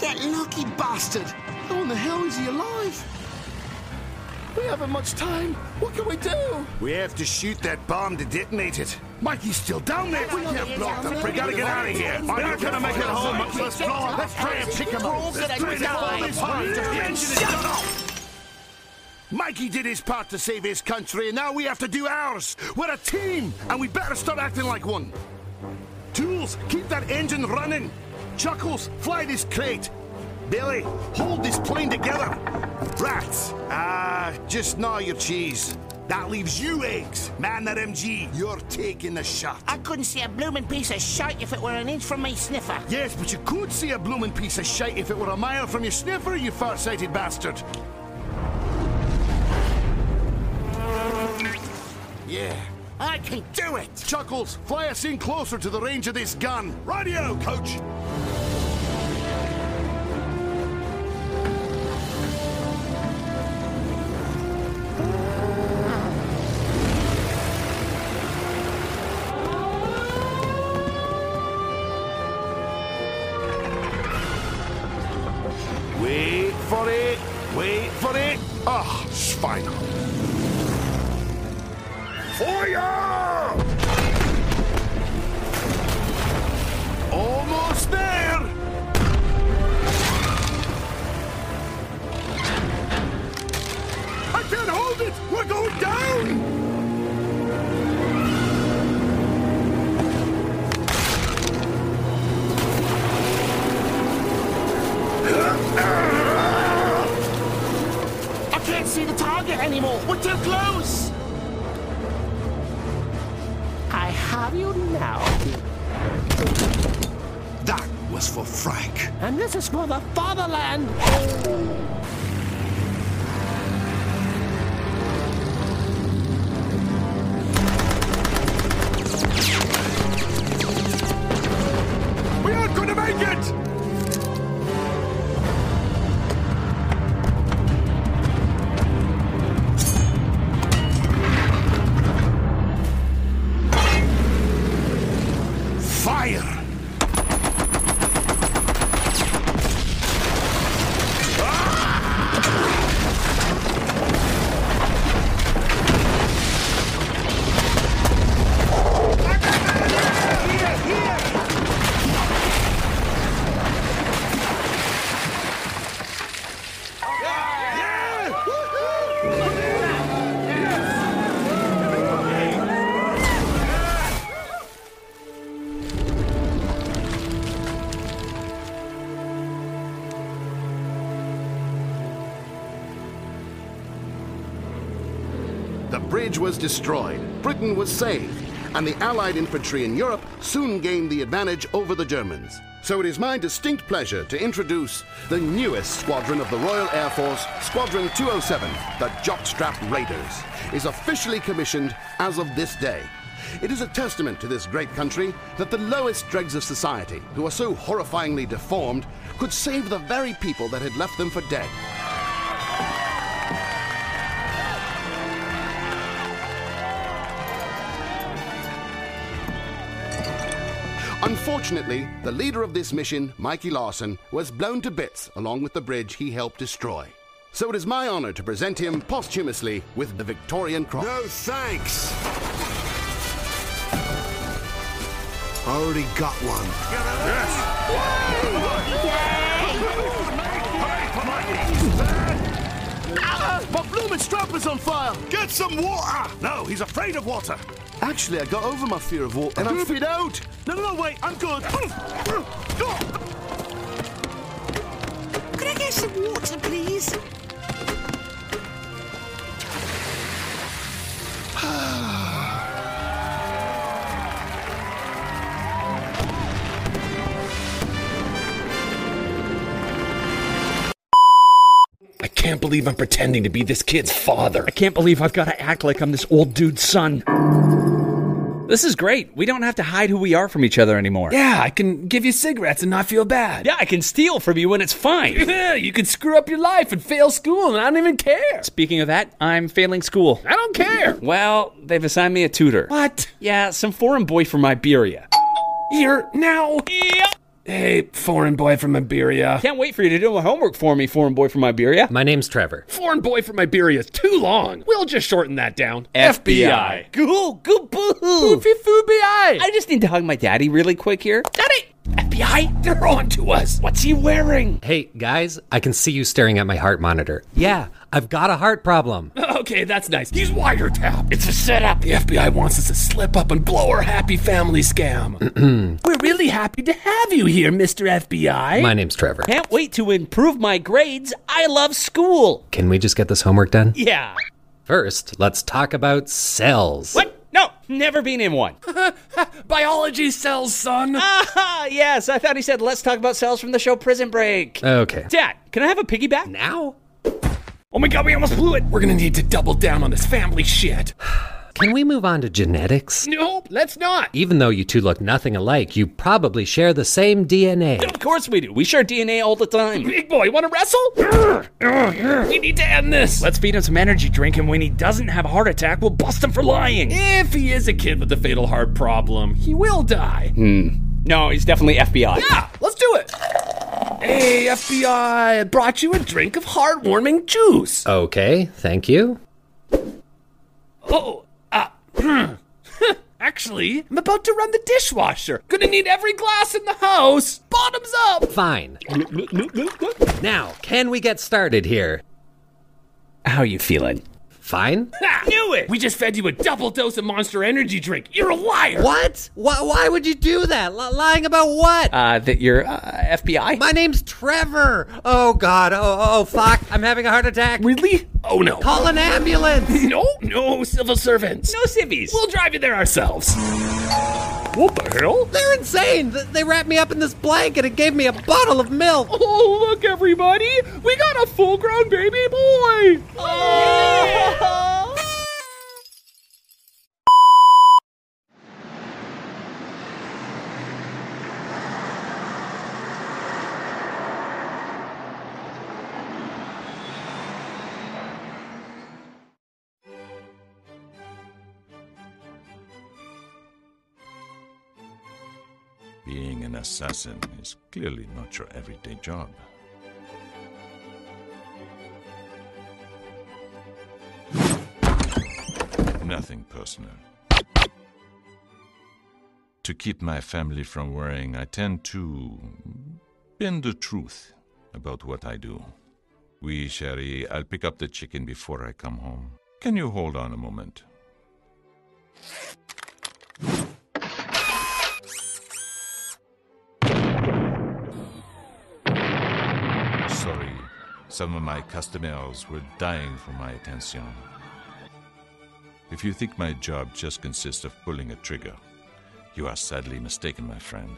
That lucky bastard! How in the hell is he alive? We haven't much time. What can we do? We have to shoot that bomb to detonate it. Mikey's still down there. We can't block them. We gotta get out of here. We're not gonna make it home unless blow. Let's try and pick him up. Let's try and blow this hole. The engine is shut off. Mikey did his part to save his country, and now we have to do ours. We're a team, and we better start acting like one. Tools, keep that engine running. Chuckles, fly this crate. Billy, hold this plane together. Rats, ah, just gnaw your cheese. That leaves you eggs. Man that MG, you're taking the shot. I couldn't see a blooming piece of shite if it were an inch from my sniffer. Yes, but you could see a blooming piece of shite if it were a mile from your sniffer, you far-sighted bastard. Yeah. I can do it! Chuckles, fly us in closer to the range of this gun. Radio, coach! Wait for it! Wait for it! Ah, Schwein! Feuer! Almost there! I can't hold it! We're going down! I can't see the target anymore. We're too close. I have you now. That was for Frank. And this is for the fatherland. We aren't going to make it! Fire! The bridge was destroyed, Britain was saved, and the Allied infantry in Europe soon gained the advantage over the Germans. So it is my distinct pleasure to introduce the newest squadron of the Royal Air Force, Squadron 207, the Jockstrap Raiders, is officially commissioned as of this day. It is a testament to this great country that the lowest dregs of society, who are so horrifyingly deformed, could save the very people that had left them for dead. Unfortunately, the leader of this mission, Mikey Larson, was blown to bits along with the bridge he helped destroy. So it is my honor to present him posthumously with the Victorian Cross. No thanks! Already got one. Ah, my blooming strap is on fire! Get some water! No, he's afraid of water! Actually, I got over my fear of water and I'm fit out! No, no, no, wait, I'm good! Could I get some water, please? I can't believe I'm pretending to be this kid's father. I can't believe I've got to act like I'm this old dude's son. This is great. We don't have to hide who we are from each other anymore. Yeah, I can give you cigarettes and not feel bad. Yeah, I can steal from you and it's fine. Yeah, you could screw up your life and fail school, and I don't even care. Speaking of that, I'm failing school. I don't care. Well, they've assigned me a tutor. What? Yeah, some foreign boy from Iberia. You're now. Hey, foreign boy from Iberia. Can't wait for you to do my homework for me, foreign boy from Iberia. My name's Trevor. Foreign boy from Iberia is too long. We'll just shorten that down. FBI. Goo, goo, boo. Foofy, fooby, I. I just need to hug my daddy really quick here. Daddy! FBI? They're on to us. What's he wearing? Hey, guys, I can see you staring at my heart monitor. Yeah, I've got a heart problem. Okay, that's nice. He's wiretapped. It's a setup. The FBI wants us to slip up and blow our happy family scam. We're really happy to have you here, Mr. FBI. My name's Trevor. Can't wait to improve my grades. I love school. Can we just get this homework done? Yeah. First, let's talk about cells. What? No, never been in one. Biology cells, son. ah, yes. I thought he said, let's talk about cells from the show Prison Break. Okay. Dad, can I have a piggyback? Now? Oh my god, we almost blew it. We're gonna need to double down on this family shit. Can we move on to genetics? Nope, let's not. Even though you two look nothing alike, you probably share the same DNA. Of course we do. We share DNA all the time. Big boy, wanna wrestle? We need to end this. Let's feed him some energy drink, and when he doesn't have a heart attack, we'll bust him for lying. If he is a kid with a fatal heart problem, he will die. Hmm. No, he's definitely FBI. Yeah, let's do it. Hey, FBI, I brought you a drink of heartwarming juice. Okay, thank you. Oh, uh, hmm. actually, I'm about to run the dishwasher. Gonna need every glass in the house. Bottoms up. Fine. Now, can we get started here? How you feeling? Fine? Ha, knew it. We just fed you a double dose of Monster Energy drink. You're a liar. What? Why, why would you do that? L- lying about what? Uh, that you're uh, FBI? My name's Trevor. Oh, God. Oh, oh, fuck. I'm having a heart attack. Really? Oh no. Call an ambulance. No, no civil servants. No civvies. We'll drive you there ourselves. What the hell? They're insane. Th- They wrapped me up in this blanket and gave me a bottle of milk. Oh, look, everybody! We got a full grown baby boy! Being an assassin is clearly not your everyday job. Nothing personal. To keep my family from worrying, I tend to bend the truth about what I do. We, Sherry, I'll pick up the chicken before I come home. Can you hold on a moment? Sorry, some of my customers were dying for my attention. If you think my job just consists of pulling a trigger, you are sadly mistaken, my friend.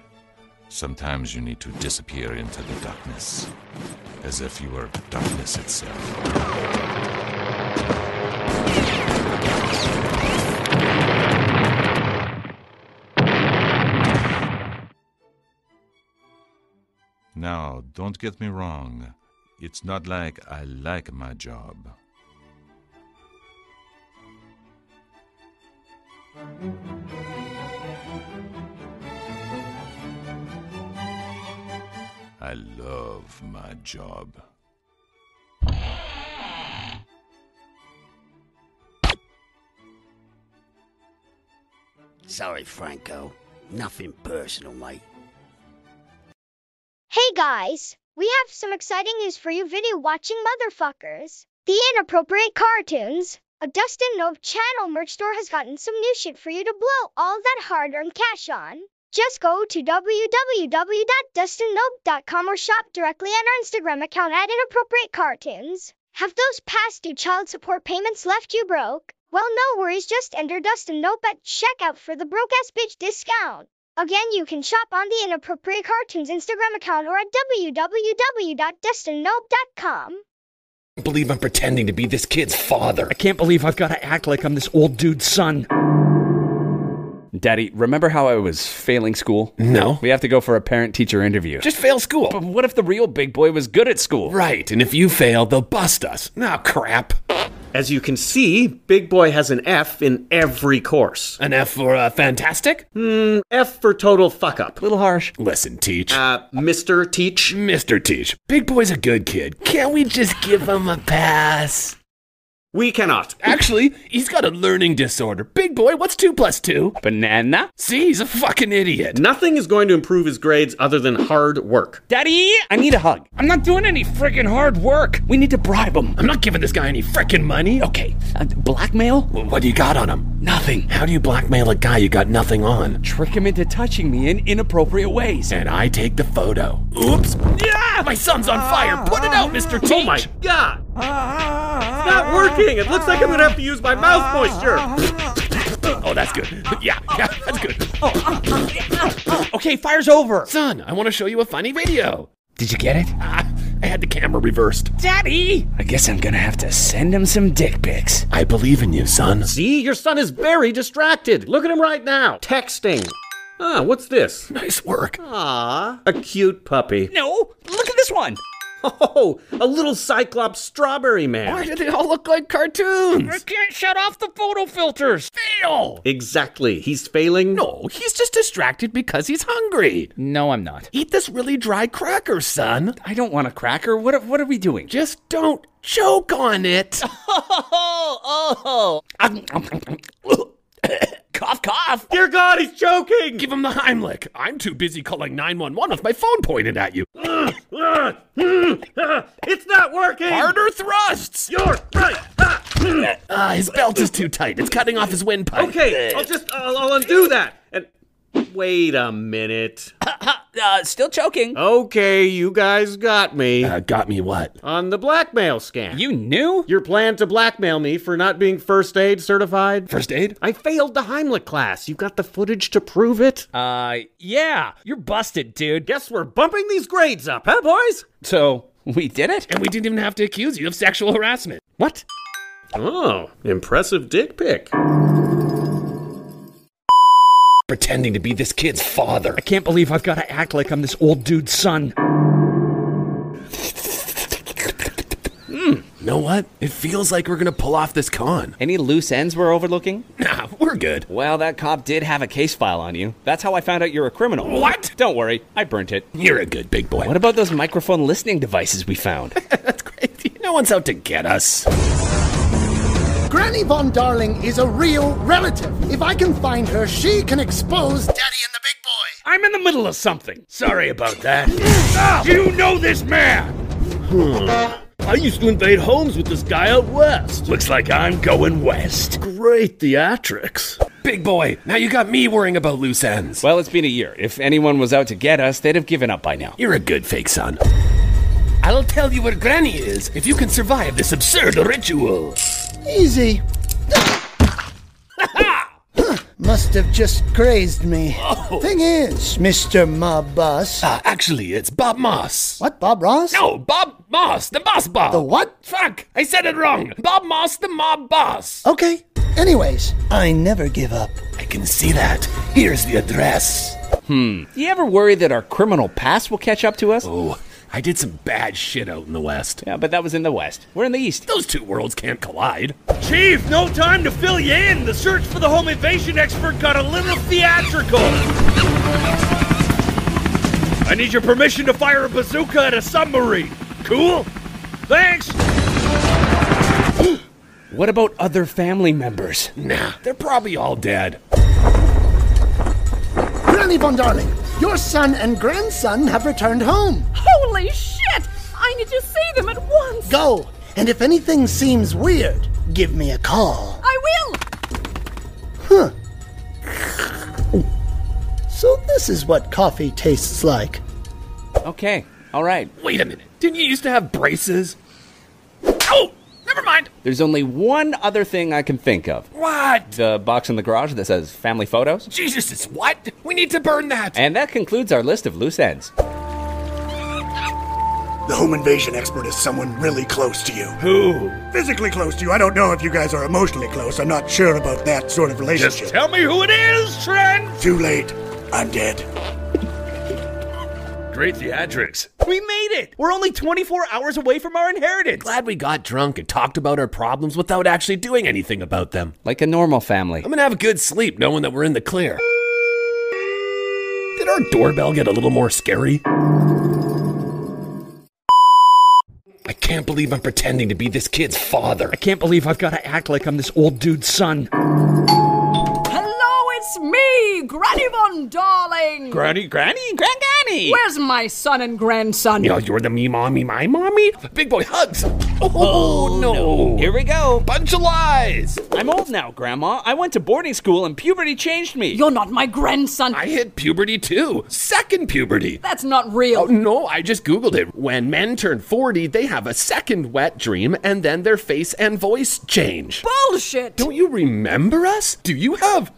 Sometimes you need to disappear into the darkness, as if you were darkness itself. Now, don't get me wrong. It's not like I like my job. I love my job. Sorry, Franco. Nothing personal, mate. Hey guys, we have some exciting news for you video watching motherfuckers. The Inappropriate Cartoons, a Dustin Nove channel merch store has gotten some new shit for you to blow all that hard earned cash on. Just go to www.dustinnobe.com or shop directly at our Instagram account at Inappropriate Cartoons. Have those past due child support payments left you broke? Well, no worries, just enter Dustin Nope at checkout for the broke ass bitch discount. Again, you can shop on the Inappropriate Cartoons Instagram account or at www.dustinnope.com. I believe I'm pretending to be this kid's father. I can't believe I've got to act like I'm this old dude's son. Daddy, remember how I was failing school? No. We have to go for a parent teacher interview. Just fail school. But what if the real big boy was good at school? Right, and if you fail, they'll bust us. Now, crap. As you can see, Big Boy has an F in every course. An F for uh, fantastic? Hmm, F for total fuck up. Little harsh. Listen, teach. Uh, Mr. Teach. Mr. Teach. Big boy's a good kid. Can't we just give him a pass? We cannot. Actually, he's got a learning disorder. Big boy, what's two plus two? Banana? See, he's a fucking idiot. Nothing is going to improve his grades other than hard work. Daddy, I need a hug. I'm not doing any frickin' hard work. We need to bribe him. I'm not giving this guy any frickin' money. Okay. Uh, blackmail? Wh- What do you got on him? Nothing. How do you blackmail a guy you got nothing on? Trick him into touching me in inappropriate ways. And I take the photo. Oops. Yeah! My son's on fire. Put it out, Mr. Teach. Oh my God. It's not working. It looks like I'm going to have to use my mouth moisture. Oh, that's good. Yeah, yeah, that's good. Okay, fire's over. Son, I want to show you a funny video. Did you get it? I had the camera reversed. Daddy! I guess I'm gonna have to send him some dick pics. I believe in you, son. See, your son is very distracted. Look at him right now. Texting. Ah, what's this? Nice work. Ah, a cute puppy. No, look at this one. Oh, a little cyclops strawberry Why man. do they all look like cartoons? can't shut off the photo filters. Fail! Exactly. He's failing. No, he's just distracted because he's hungry. No, I'm not. Eat this really dry cracker, son. I don't want a cracker. What, what are we doing? Just don't choke on it. Oh, oh. cough, cough. Dear God, he's choking. Give him the Heimlich. I'm too busy calling 911 with my phone pointed at you. Ah, mm, ah, It's not working. Harder thrusts! You're right. Ah, mm. Ah, his belt is too tight. It's cutting off his windpipe. Okay, I'll just I'll, I'll undo that. And wait a minute. Uh, still choking. Okay, you guys got me Uh, got me what? on the blackmail scam. You knew? Your plan to blackmail me for not being first aid certified? First aid? I failed the Heimlich class. You got the footage to prove it? Uh, yeah. You're busted, dude. Guess we're bumping these grades up, huh, boys? So, we did it? And we didn't even have to accuse you of sexual harassment. What? Oh, impressive dick pic. Pretending to be this kid's father. I can't believe I've got to act like I'm this old dude's son. You know what? It feels like we're gonna pull off this con. Any loose ends we're overlooking? Nah, we're good. Well, that cop did have a case file on you. That's how I found out you're a criminal. What? Don't worry, I burnt it. You're a good big boy. What about those microphone listening devices we found? That's crazy. No one's out to get us. Granny Von Darling is a real relative. If I can find her, she can expose Daddy and the big boy. I'm in the middle of something. Sorry about that. You know this man! Hmm. I used to invade homes with this guy out west. Looks like I'm going west. Great theatrics. Big boy, now you got me worrying about loose ends. well, it's been a year. If anyone was out to get us, they'd have given up by now. You're a good fake son. I'll tell you where Granny is if you can survive this absurd ritual. Easy. Huh, Must have just grazed me. Thing is, Mr. Mob Boss. Uh, actually, it's Bob Moss. What, Bob Ross? No, Bob Moss, the boss Bob. The what? Fuck, I said it wrong. Bob Moss, the mob boss. Okay. Anyways, I never give up. I can see that. Here's the address. Do you ever worry that our criminal past will catch up to us? Oh, I did some bad shit out in the West. Yeah, but that was in the West. We're in the East. Those two worlds can't collide. Chief, no time to fill you in. The search for the home invasion expert got a little theatrical. I need your permission to fire a bazooka at a submarine. Cool? Thanks! What about other family members? Nah, they're probably all dead. Granny Von Darling, your son and grandson have returned home. Holy shit! I need to see them at once! Go. And if anything seems weird, give me a call. I will! So, this is what coffee tastes like. Okay, all right. Wait a minute. Didn't you used to have braces? Oh, never mind. There's only one other thing I can think of What? the box in the garage that says family photos. Jesus, it's what? We need to burn that. And that concludes our list of loose ends. The home invasion expert is someone really close to you. Who? Physically close to you. I don't know if you guys are emotionally close. I'm not sure about that sort of relationship. Just tell me who it is, Trent! Too late. I'm dead. Great theatrics. We made it! We're only 24 hours away from our inheritance! Glad we got drunk and talked about our problems without actually doing anything about them. Like a normal family. I'm gonna have a good sleep knowing that we're in the clear. Did our doorbell get a little more scary? I can't believe I'm pretending to be this kid's father. I can't believe I've got to act like I'm this old dude's son. Hello, it's me, Granny Von Darling. Granny, granny, granny. Where's my son and grandson? You know, you're the me mommy, my mommy. Big boy hugs. Oh, no. Here we go. Bunch of lies. I'm old now, Grandma. I went to boarding school and puberty changed me. You're not my grandson. I hit puberty too. Second puberty. That's not real. Oh, no, I just Googled it. When men turn 40, they have a second wet dream and then their face and voice change. Bullshit. Don't you remember us? Do you have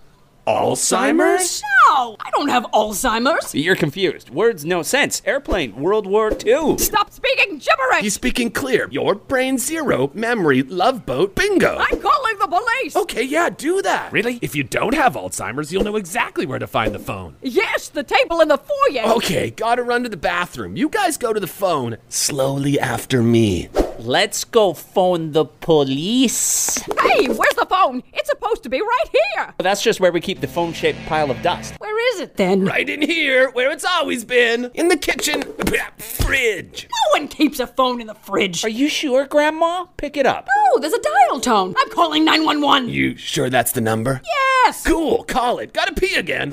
Alzheimer's? No, I don't have Alzheimer's. You're confused. Words no sense. Airplane, World War II. Stop speaking gibberish. He's speaking clear. Your brain zero, memory, love boat, bingo. I'm calling the police. Okay, yeah, do that. Really? If you don't have Alzheimer's, you'll know exactly where to find the phone. Yes, the table in the foyer. Okay, gotta run to the bathroom. You guys go to the phone slowly after me. Let's go phone the police. Hey, where's the phone? It's supposed to be right here. But that's just where we keep the phone shaped pile of dust. Where is it then? Right in here, where it's always been. In the kitchen. Fridge. No one keeps a phone in the fridge. Are you sure, Grandma? Pick it up. Oh, there's a dial tone. I'm calling 911. You sure that's the number? Yes. Cool, call it. Gotta pee again.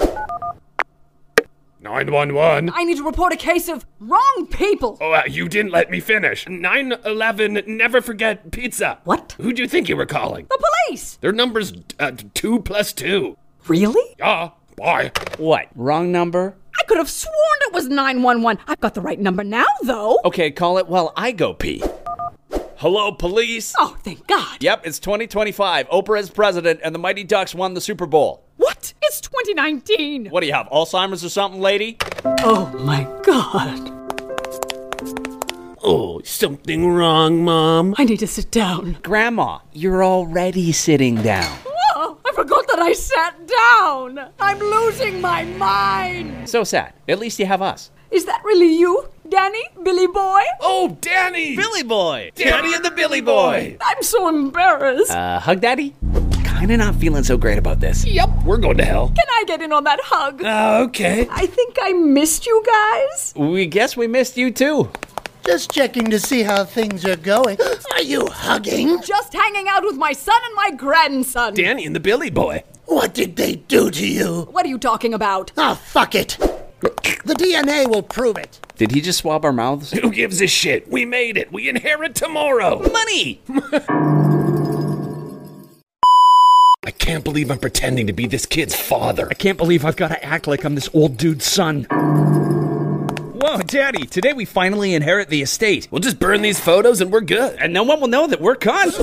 911. I need to report a case of wrong people. Oh, uh, you didn't let me finish. 911, never forget pizza. What? Who'd you think you were calling? The police. Their number's uh, 2 plus 2. Really? Yeah, bye. What? Wrong number? I could have sworn it was 911. I've got the right number now, though. Okay, call it while I go pee. Hello, police. Oh, thank God. Yep, it's 2025. Oprah is president, and the Mighty Ducks won the Super Bowl. What? It's 2019. What do you have, Alzheimer's or something, lady? Oh, my God. Oh, something wrong, Mom. I need to sit down. Grandma, you're already sitting down. Whoa, I forgot that I sat down. I'm losing my mind. So sad. At least you have us. Is that really you, Danny, Billy Boy? Oh, Danny! Billy Boy! Danny and the Billy Boy! I'm so embarrassed. Uh, hug daddy? Kinda not feeling so great about this. Yep, we're going to hell. Can I get in on that hug? Uh, okay. I think I missed you guys. We guess we missed you too. Just checking to see how things are going. Are you hugging? Just hanging out with my son and my grandson. Danny and the Billy Boy. What did they do to you? What are you talking about? Ah, fuck it. The DNA will prove it. Did he just swab our mouths? Who gives a shit? We made it. We inherit tomorrow. Money! I can't believe I'm pretending to be this kid's father. I can't believe I've got to act like I'm this old dude's son. Whoa, Daddy, today we finally inherit the estate. We'll just burn these photos and we're good. And no one will know that we're cons.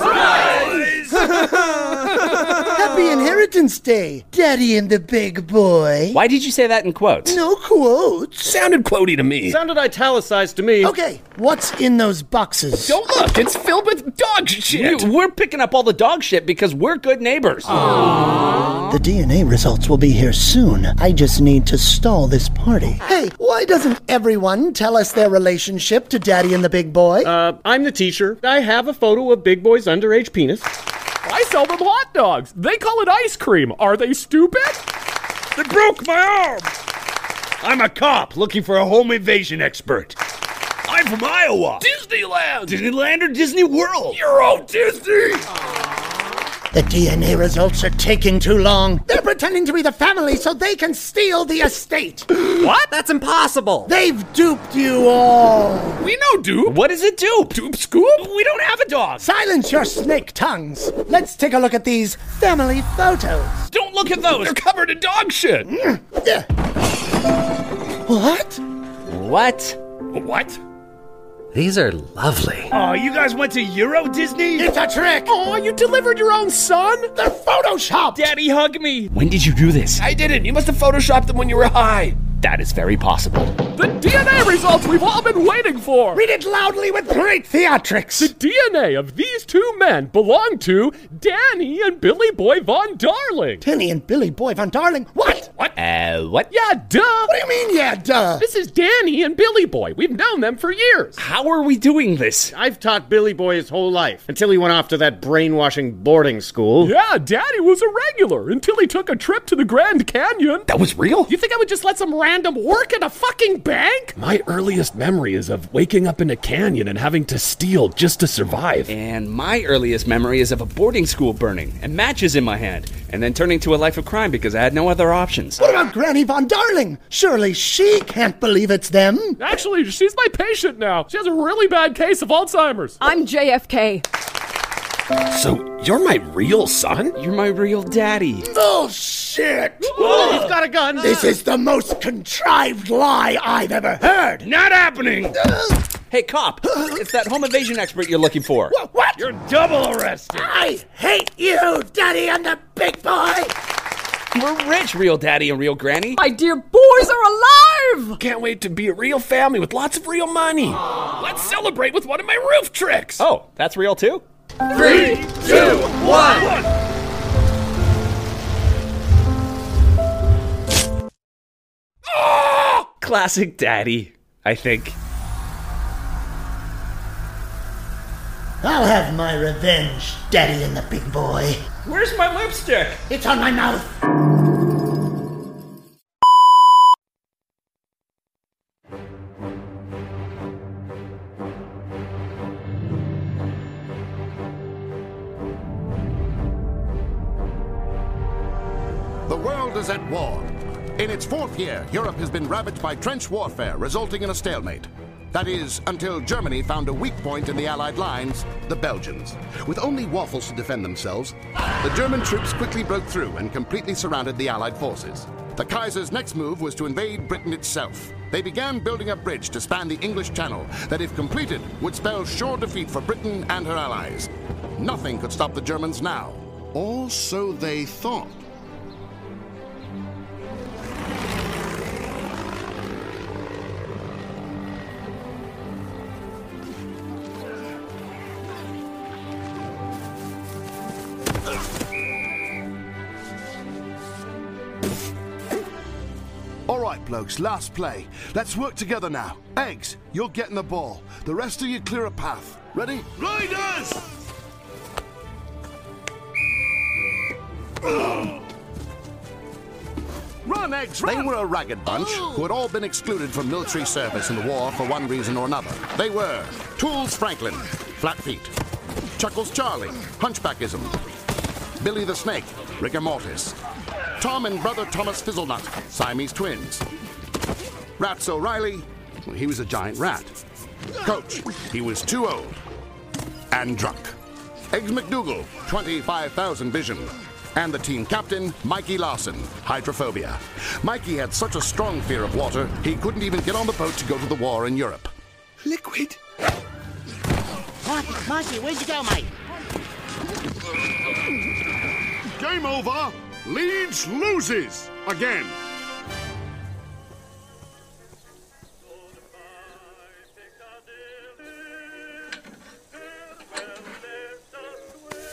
Oh. Happy Inheritance Day, Daddy and the Big Boy. Why did you say that in quotes? No quotes. Sounded quotey to me. Sounded italicized to me. Okay, what's in those boxes? Don't look, it's filled with dog shit. We- We're picking up all the dog shit because we're good neighbors. The DNA results will be here soon. I just need to stall this party. Hey, why doesn't everyone tell us their relationship to Daddy and the Big Boy? Uh, I'm the teacher. I have a photo of Big Boy's underage penis. I sell them hot dogs. They call it ice cream. Are they stupid? They broke my arm! I'm a cop looking for a home invasion expert. I'm from Iowa. Disneyland! Disneyland or Disney World? You're all Disney! the DNA results are taking too long. They're pretending to be the family so they can steal the estate. What? That's impossible. They've duped you all. We know Dupe. What does it do? Dupe Scoop? We don't have a dog. Silence your snake tongues. Let's take a look at these family photos. Don't look at those. They're covered in dog shit. Yeah. What? What? What? These are lovely. Oh, you guys went to Euro Disney? It's a trick. Oh, you delivered your own son? They're photoshopped. Daddy, hug me. When did you do this? I didn't. You must have photoshopped them when you were high. That is very possible. The DNA results we've all been waiting for. Read it loudly with great The theatrics. DNA of these two men belong to Danny and Billy Boy Von Darling. Penny and Billy Boy Von Darling. What? What? Uh, what? Yeah, duh. What do you mean, yeah, duh? This is Danny and Billy Boy. We've known them for years. How are we doing this? I've taught Billy Boy his whole life until he went off to that brainwashing boarding school. Yeah, Daddy was a regular until he took a trip to the Grand Canyon. That was real? You think I would just let some random work at a fucking bank? bank? My earliest memory is of waking up in a canyon and having to steal just to survive. And my earliest memory is of a boarding school burning and matches in my hand, and then turning to a life of crime because I had no other options. What about Granny Von Darling? Surely she can't believe it's them. Actually, she's my patient now. She has a really bad case of Alzheimer's. I'm JFK. So you're my real son? You're my real daddy. Bullshit! he's got a gun. This is the most contrived lie I've ever heard. Not happening. Hey, cop! It's that home invasion expert you're looking for. What? You're double arrested. I hate you, Daddy and the Big Boy. We're rich, real daddy and real granny. My dear boys are alive! Can't wait to be a real family with lots of real money. Let's celebrate with one of my roof tricks. Oh, that's real too? Three, two, one. Classic daddy, I think. I'll have my revenge, Daddy and the big boy. Where's my lipstick? It's on my mouth. The world is at war. In its fourth year, Europe has been ravaged by trench warfare, resulting in a stalemate. That is, until Germany found a weak point in the Allied lines, the Belgians. With only waffles to defend themselves, the German troops quickly broke through and completely surrounded the Allied forces. The Kaiser's next move was to invade Britain itself. They began building a bridge to span the English Channel that, if completed, would spell sure defeat for Britain and her allies. Nothing could stop the Germans now. Or so they thought. All right, blokes, last play. Let's work together now. Eggs, you're getting the ball. The rest of you clear a path. Ready? Riders! Run, eggs, run! They were a ragged bunch who had all been excluded from military service in the war for one reason or another. They were Tools Franklin, Flat Feet, Chuckles Charlie, Hunchbackism, Billy the Snake, Rigor Mortis, Tom and brother Thomas Fizzlenut, Siamese twins, Rats O'Reilly, well, he was a giant rat, Coach, he was too old, and drunk. Eggs McDougal, 25,000 vision. And the team captain, Mikey Larson, hydrophobia. Mikey had such a strong fear of water, he couldn't even get on the boat to go to the war in Europe. Liquid. Mikey, Mikey, where'd you go, mate? Game over. Leeds loses again.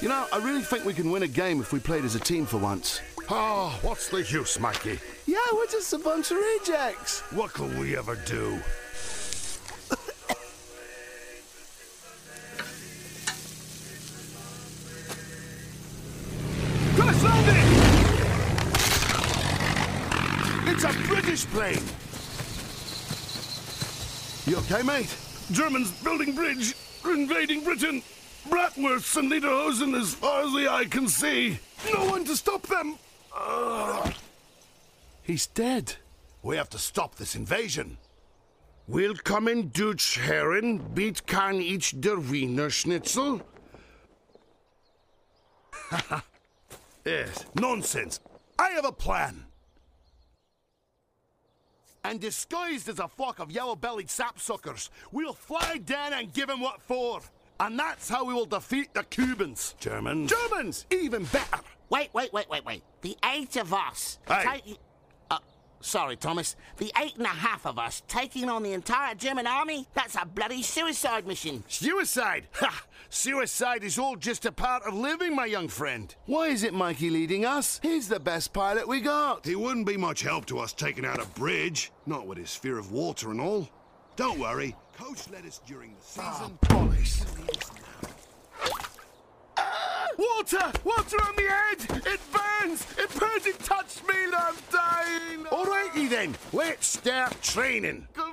You know, I really think we can win a game if we played as a team for once. Ah, what's the use, Mikey? Yeah, we're just a bunch of rejects. What can we ever do? Crash landing! It's a British plane! You okay, mate? Germans building bridge, invading Britain. Bratwursts and Lederhosen as far as the eye can see. No one to stop them. Ugh. He's dead. We have to stop this invasion. Will kommen Deutsch Herren, beat kann ich der Wiener Schnitzel? Yes, nonsense. I have a plan. And disguised as a flock of yellow bellied sapsuckers, we'll fly down and give 'em what for. And that's how we will defeat the Cubans. German. Germans, even better. Wait, wait, wait, wait, wait. The eight of us. Hey. Take- uh, sorry, Thomas. The eight and a half of us taking on the entire German army? That's a bloody suicide mission. Suicide? Ha! Suicide is all just a part of living, my young friend. Why is it Mikey leading us? He's the best pilot we got. He wouldn't be much help to us taking out a bridge. Not with his fear of water and all. Don't worry. Coach led us during the Ah, season. Water! Water on me head! It burns! It burns! It touched me and I'm dying! Alrighty then, let's start training. Good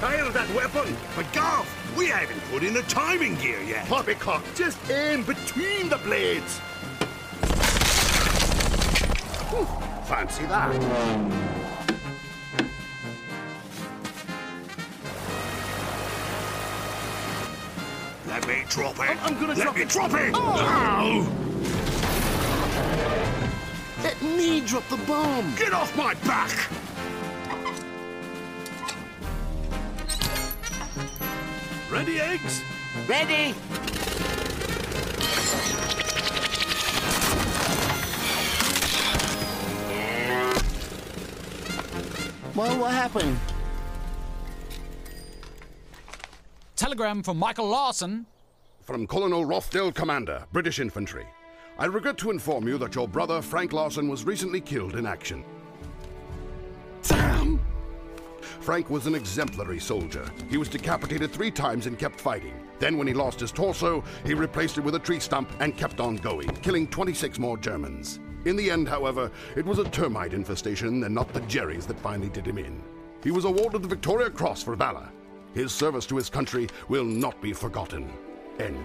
Hail that weapon! But Garv, we haven't put in the timing gear yet. Poppycock, just aim between the blades. Fancy that. Let me drop it. I'm, gonna Let drop me it. drop it. Oh. Ow! Let me drop the bomb. Get off my back. Ready, eggs? Ready? Well, what happened? Telegram from Michael Larson. From Colonel Rothdale, Commander, British Infantry. I regret to inform you that your brother, Frank Larson, was recently killed in action. Damn! Frank was an exemplary soldier. He was decapitated three times and kept fighting. Then, when he lost his torso, he replaced it with a tree stump and kept on going, killing 26 more Germans. In the end, however, it was a termite infestation and not the Jerry's that finally did him in. He was awarded the Victoria Cross for valor. His service to his country will not be forgotten. End.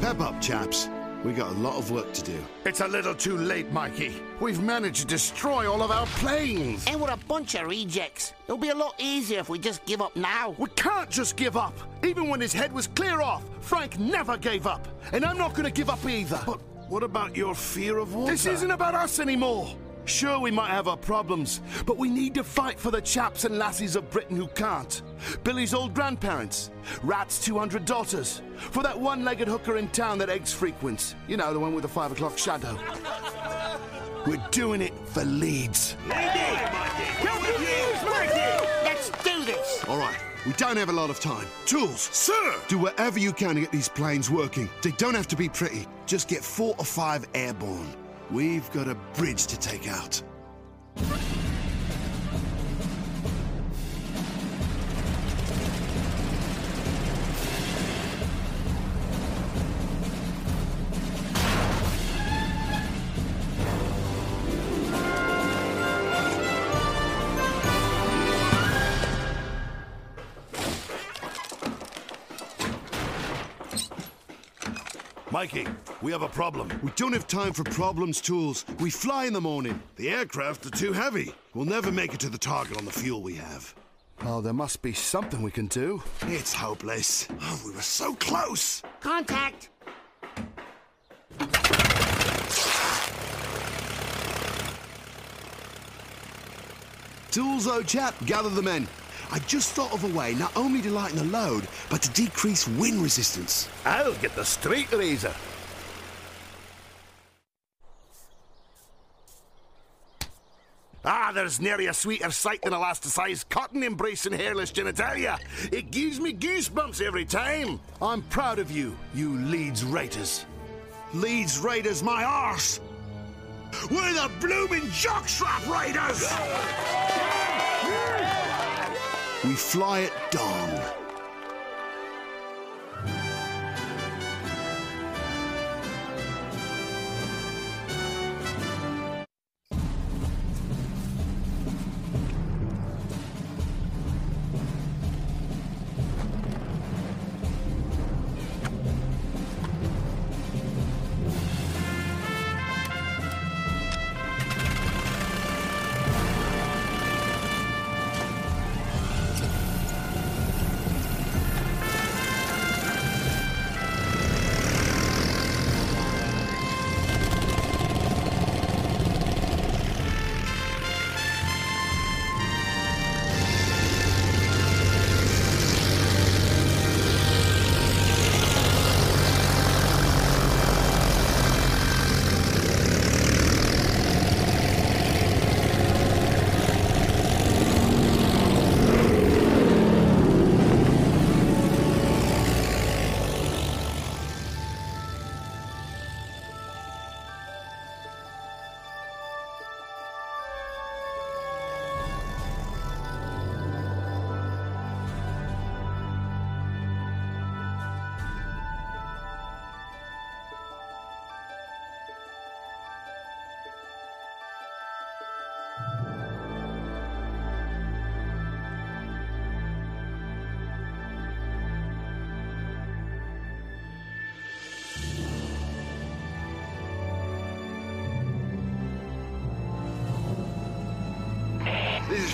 Pep up, chaps. We got a lot of work to do. It's a little too late, Mikey. We've managed to destroy all of our planes. And we're a bunch of rejects. It'll be a lot easier if we just give up now. We can't just give up. Even when his head was clear off, Frank never gave up. And I'm not going to give up either. But what about your fear of water? This isn't about us anymore. Sure, we might have our problems, but we need to fight for the chaps and lassies of Britain who can't. Billy's old grandparents, Rat's 200 daughters, for that one legged hooker in town that eggs frequents. You know, the one with the five o'clock shadow. We're doing it for Leeds. Let's do this. All right, we don't have a lot of time. Tools, sir! Do whatever you can to get these planes working. They don't have to be pretty. Just get four or five airborne. We've got a bridge to take out. Mikey, we have a problem. We don't have time for problems, tools. We fly in the morning. The aircraft are too heavy. We'll never make it to the target on the fuel we have. Oh, there must be something we can do. It's hopeless. Oh, we were so close. Contact. Tools, old chap, gather the men. I just thought of a way not only to lighten the load, but to decrease wind resistance. I'll get the straight razor. Ah, there's nearly a sweeter sight than elasticized cotton embracing hairless genitalia. It gives me goosebumps every time. I'm proud of you, you Leeds Raiders. Leeds Raiders, my arse. We're the blooming jockstrap Raiders. We fly at dawn.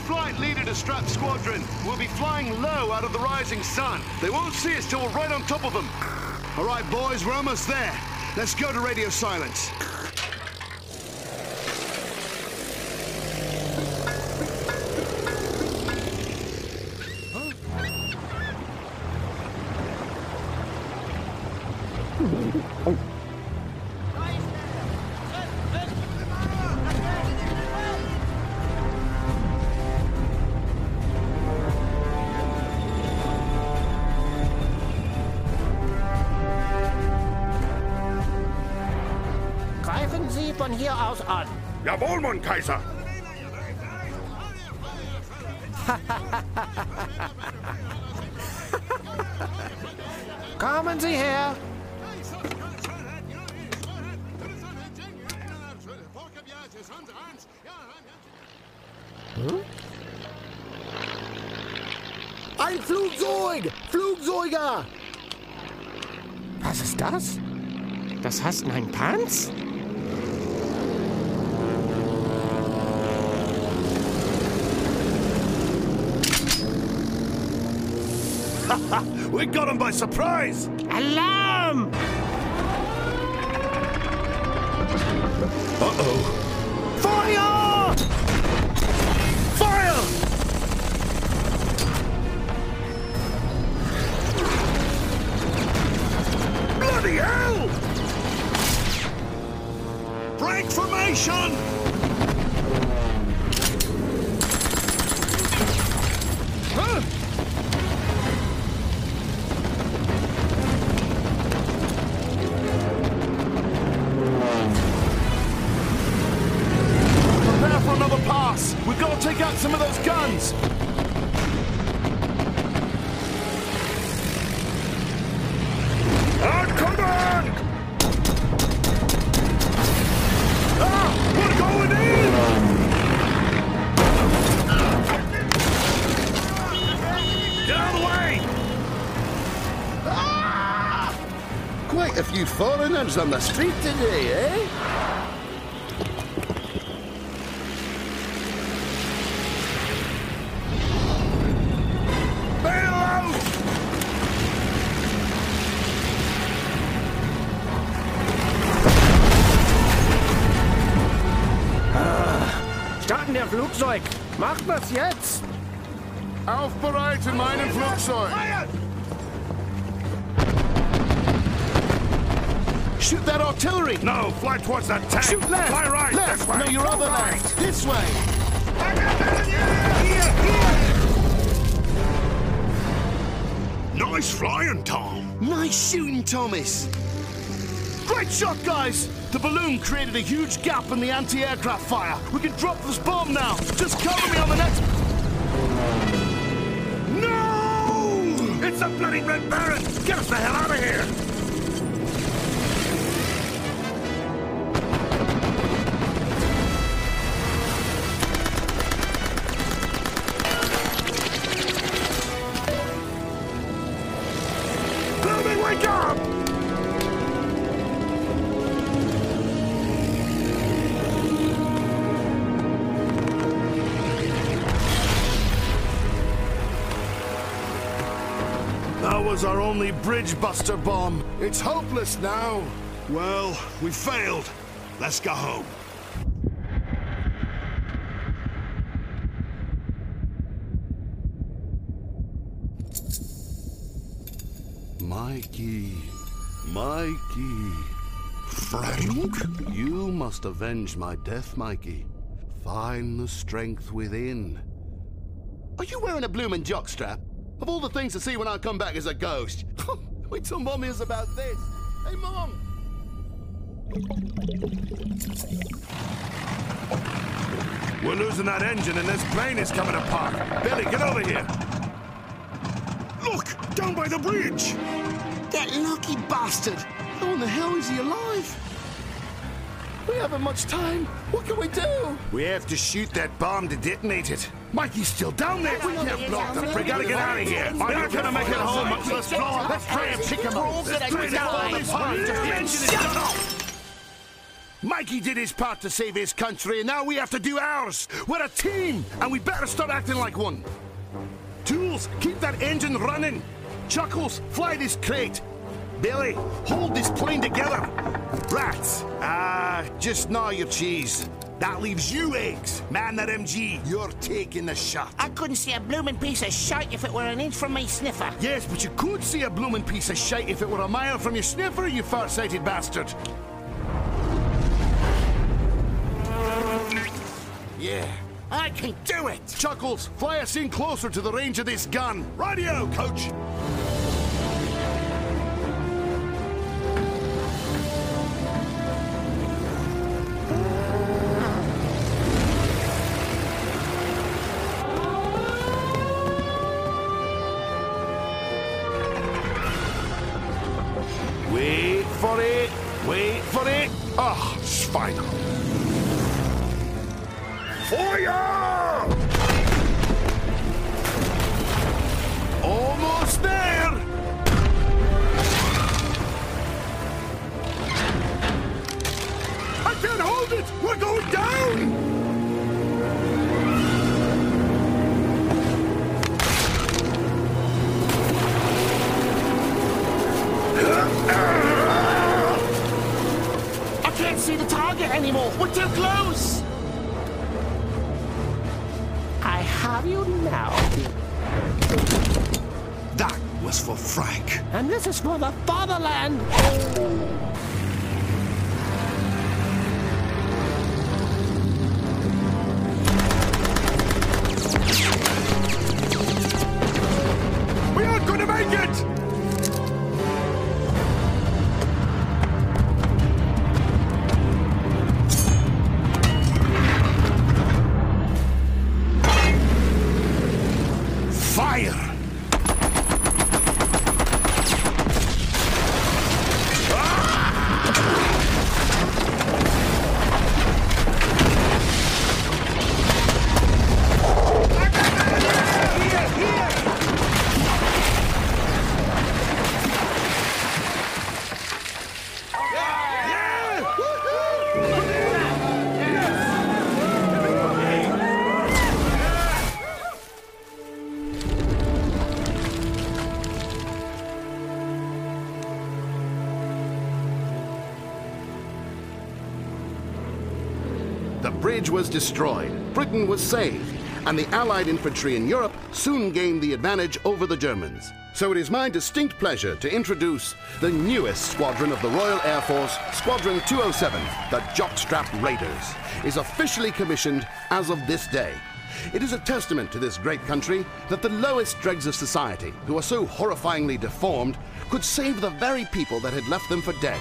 Flight leader to Strat Squadron. We'll be flying low out of the rising sun. They won't see us till we're right on top of them. All right, boys, we're almost there. Let's go to radio silence. Greifen Sie von hier aus an. Jawohl, mein Kaiser. Kommen Sie her. Hm? Ein Flugzeug! Flugzeuger! Was ist das? Das heißt ein Tanz? we got him by surprise! Alarm! Uh-oh. Feuer! Feuer! Bloody hell! Break formation! Huh? Prepare for another pass. We've got to take out some of those guns. Out command! Ah! We're going in! Get out of the way! Ah! Quite a few foreigners on the street today, eh? Bail out! Starten der Flugzeug! Macht das jetzt! Aufbereiten meinen Flugzeug! Shoot that artillery! No, fly towards that tank! Shoot left! Fly right! Left! This way! No, your other Right. left! This way! Nice flying, Tom! Nice shooting, Thomas! Great shot, guys! The balloon created a huge gap in the anti aircraft fire. We can drop this bomb now! Just cover me on the next. No! It's the bloody Red Baron! Get us the hell out of here! Groovy, wake up! That was our only bridge buster bomb. It's hopeless now. Well, we failed. Let's go home. Mikey, Mikey. Frank? You must avenge my death, Mikey. Find the strength within. Are you wearing a bloomin' jockstrap? Of all the things to see when I come back as a ghost. Wait till Mom hears about this. Hey, Mom! We're losing that engine and this plane is coming apart. Billy, get over here. Look, down by the bridge. That lucky bastard! How in the hell is he alive? We haven't much time. What can we do? We have to shoot that bomb to detonate it. Mikey's still down there. We can't block the bridge. We gotta get out of here. We're not gonna make it home until it's blown. Let's try and pick him up. Let's try and get all these parts. The engine is shut off. Mikey did his part to save his country, and now we have to do ours. We're a team, and we better start acting like one. Tools, keep that engine running. Chuckles, fly this crate. Billy, hold this plane together. Rats, ah, just gnaw your cheese. That leaves you eggs. Man that MG, you're taking the shot. I couldn't see a blooming piece of shite if it were an inch from my sniffer. Yes, but you could see a blooming piece of shite if it were a mile from your sniffer, you far-sighted bastard. Yeah. I can do it! Chuckles, fly us in closer to the range of this gun. Radio, coach! Wait for it! Wait for it! Ah, Schweine! Feuer! Almost there! I can't hold it! We're going down! I can't see the target anymore! We're too close! I have you now. That was for Frank. And this is for the fatherland! We aren't going to make it! Fire! The bridge was destroyed, Britain was saved, and the Allied infantry in Europe soon gained the advantage over the Germans. So it is my distinct pleasure to introduce the newest squadron of the Royal Air Force, Squadron 207, the Jockstrap Raiders, is officially commissioned as of this day. It is a testament to this great country that the lowest dregs of society, who are so horrifyingly deformed, could save the very people that had left them for dead.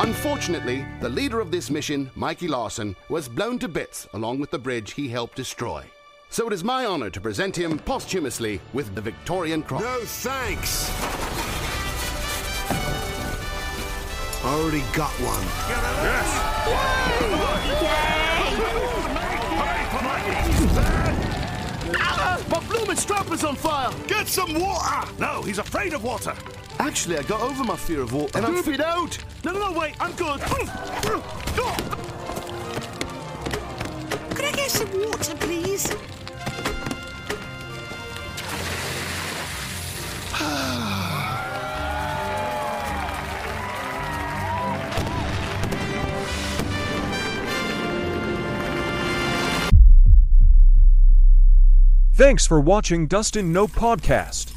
Unfortunately, the leader of this mission, Mikey Larson, was blown to bits along with the bridge he helped destroy. So it is my honor to present him posthumously with the Victorian Cross. No thanks! Already got one. Ah, my blooming strap is on fire! Get some water! No, he's afraid of water. Actually, I got over my fear of water and I'm fit out! No, no, no, wait, I'm good. Could I get some water, please? Thanks for watching Dustin No Podcast.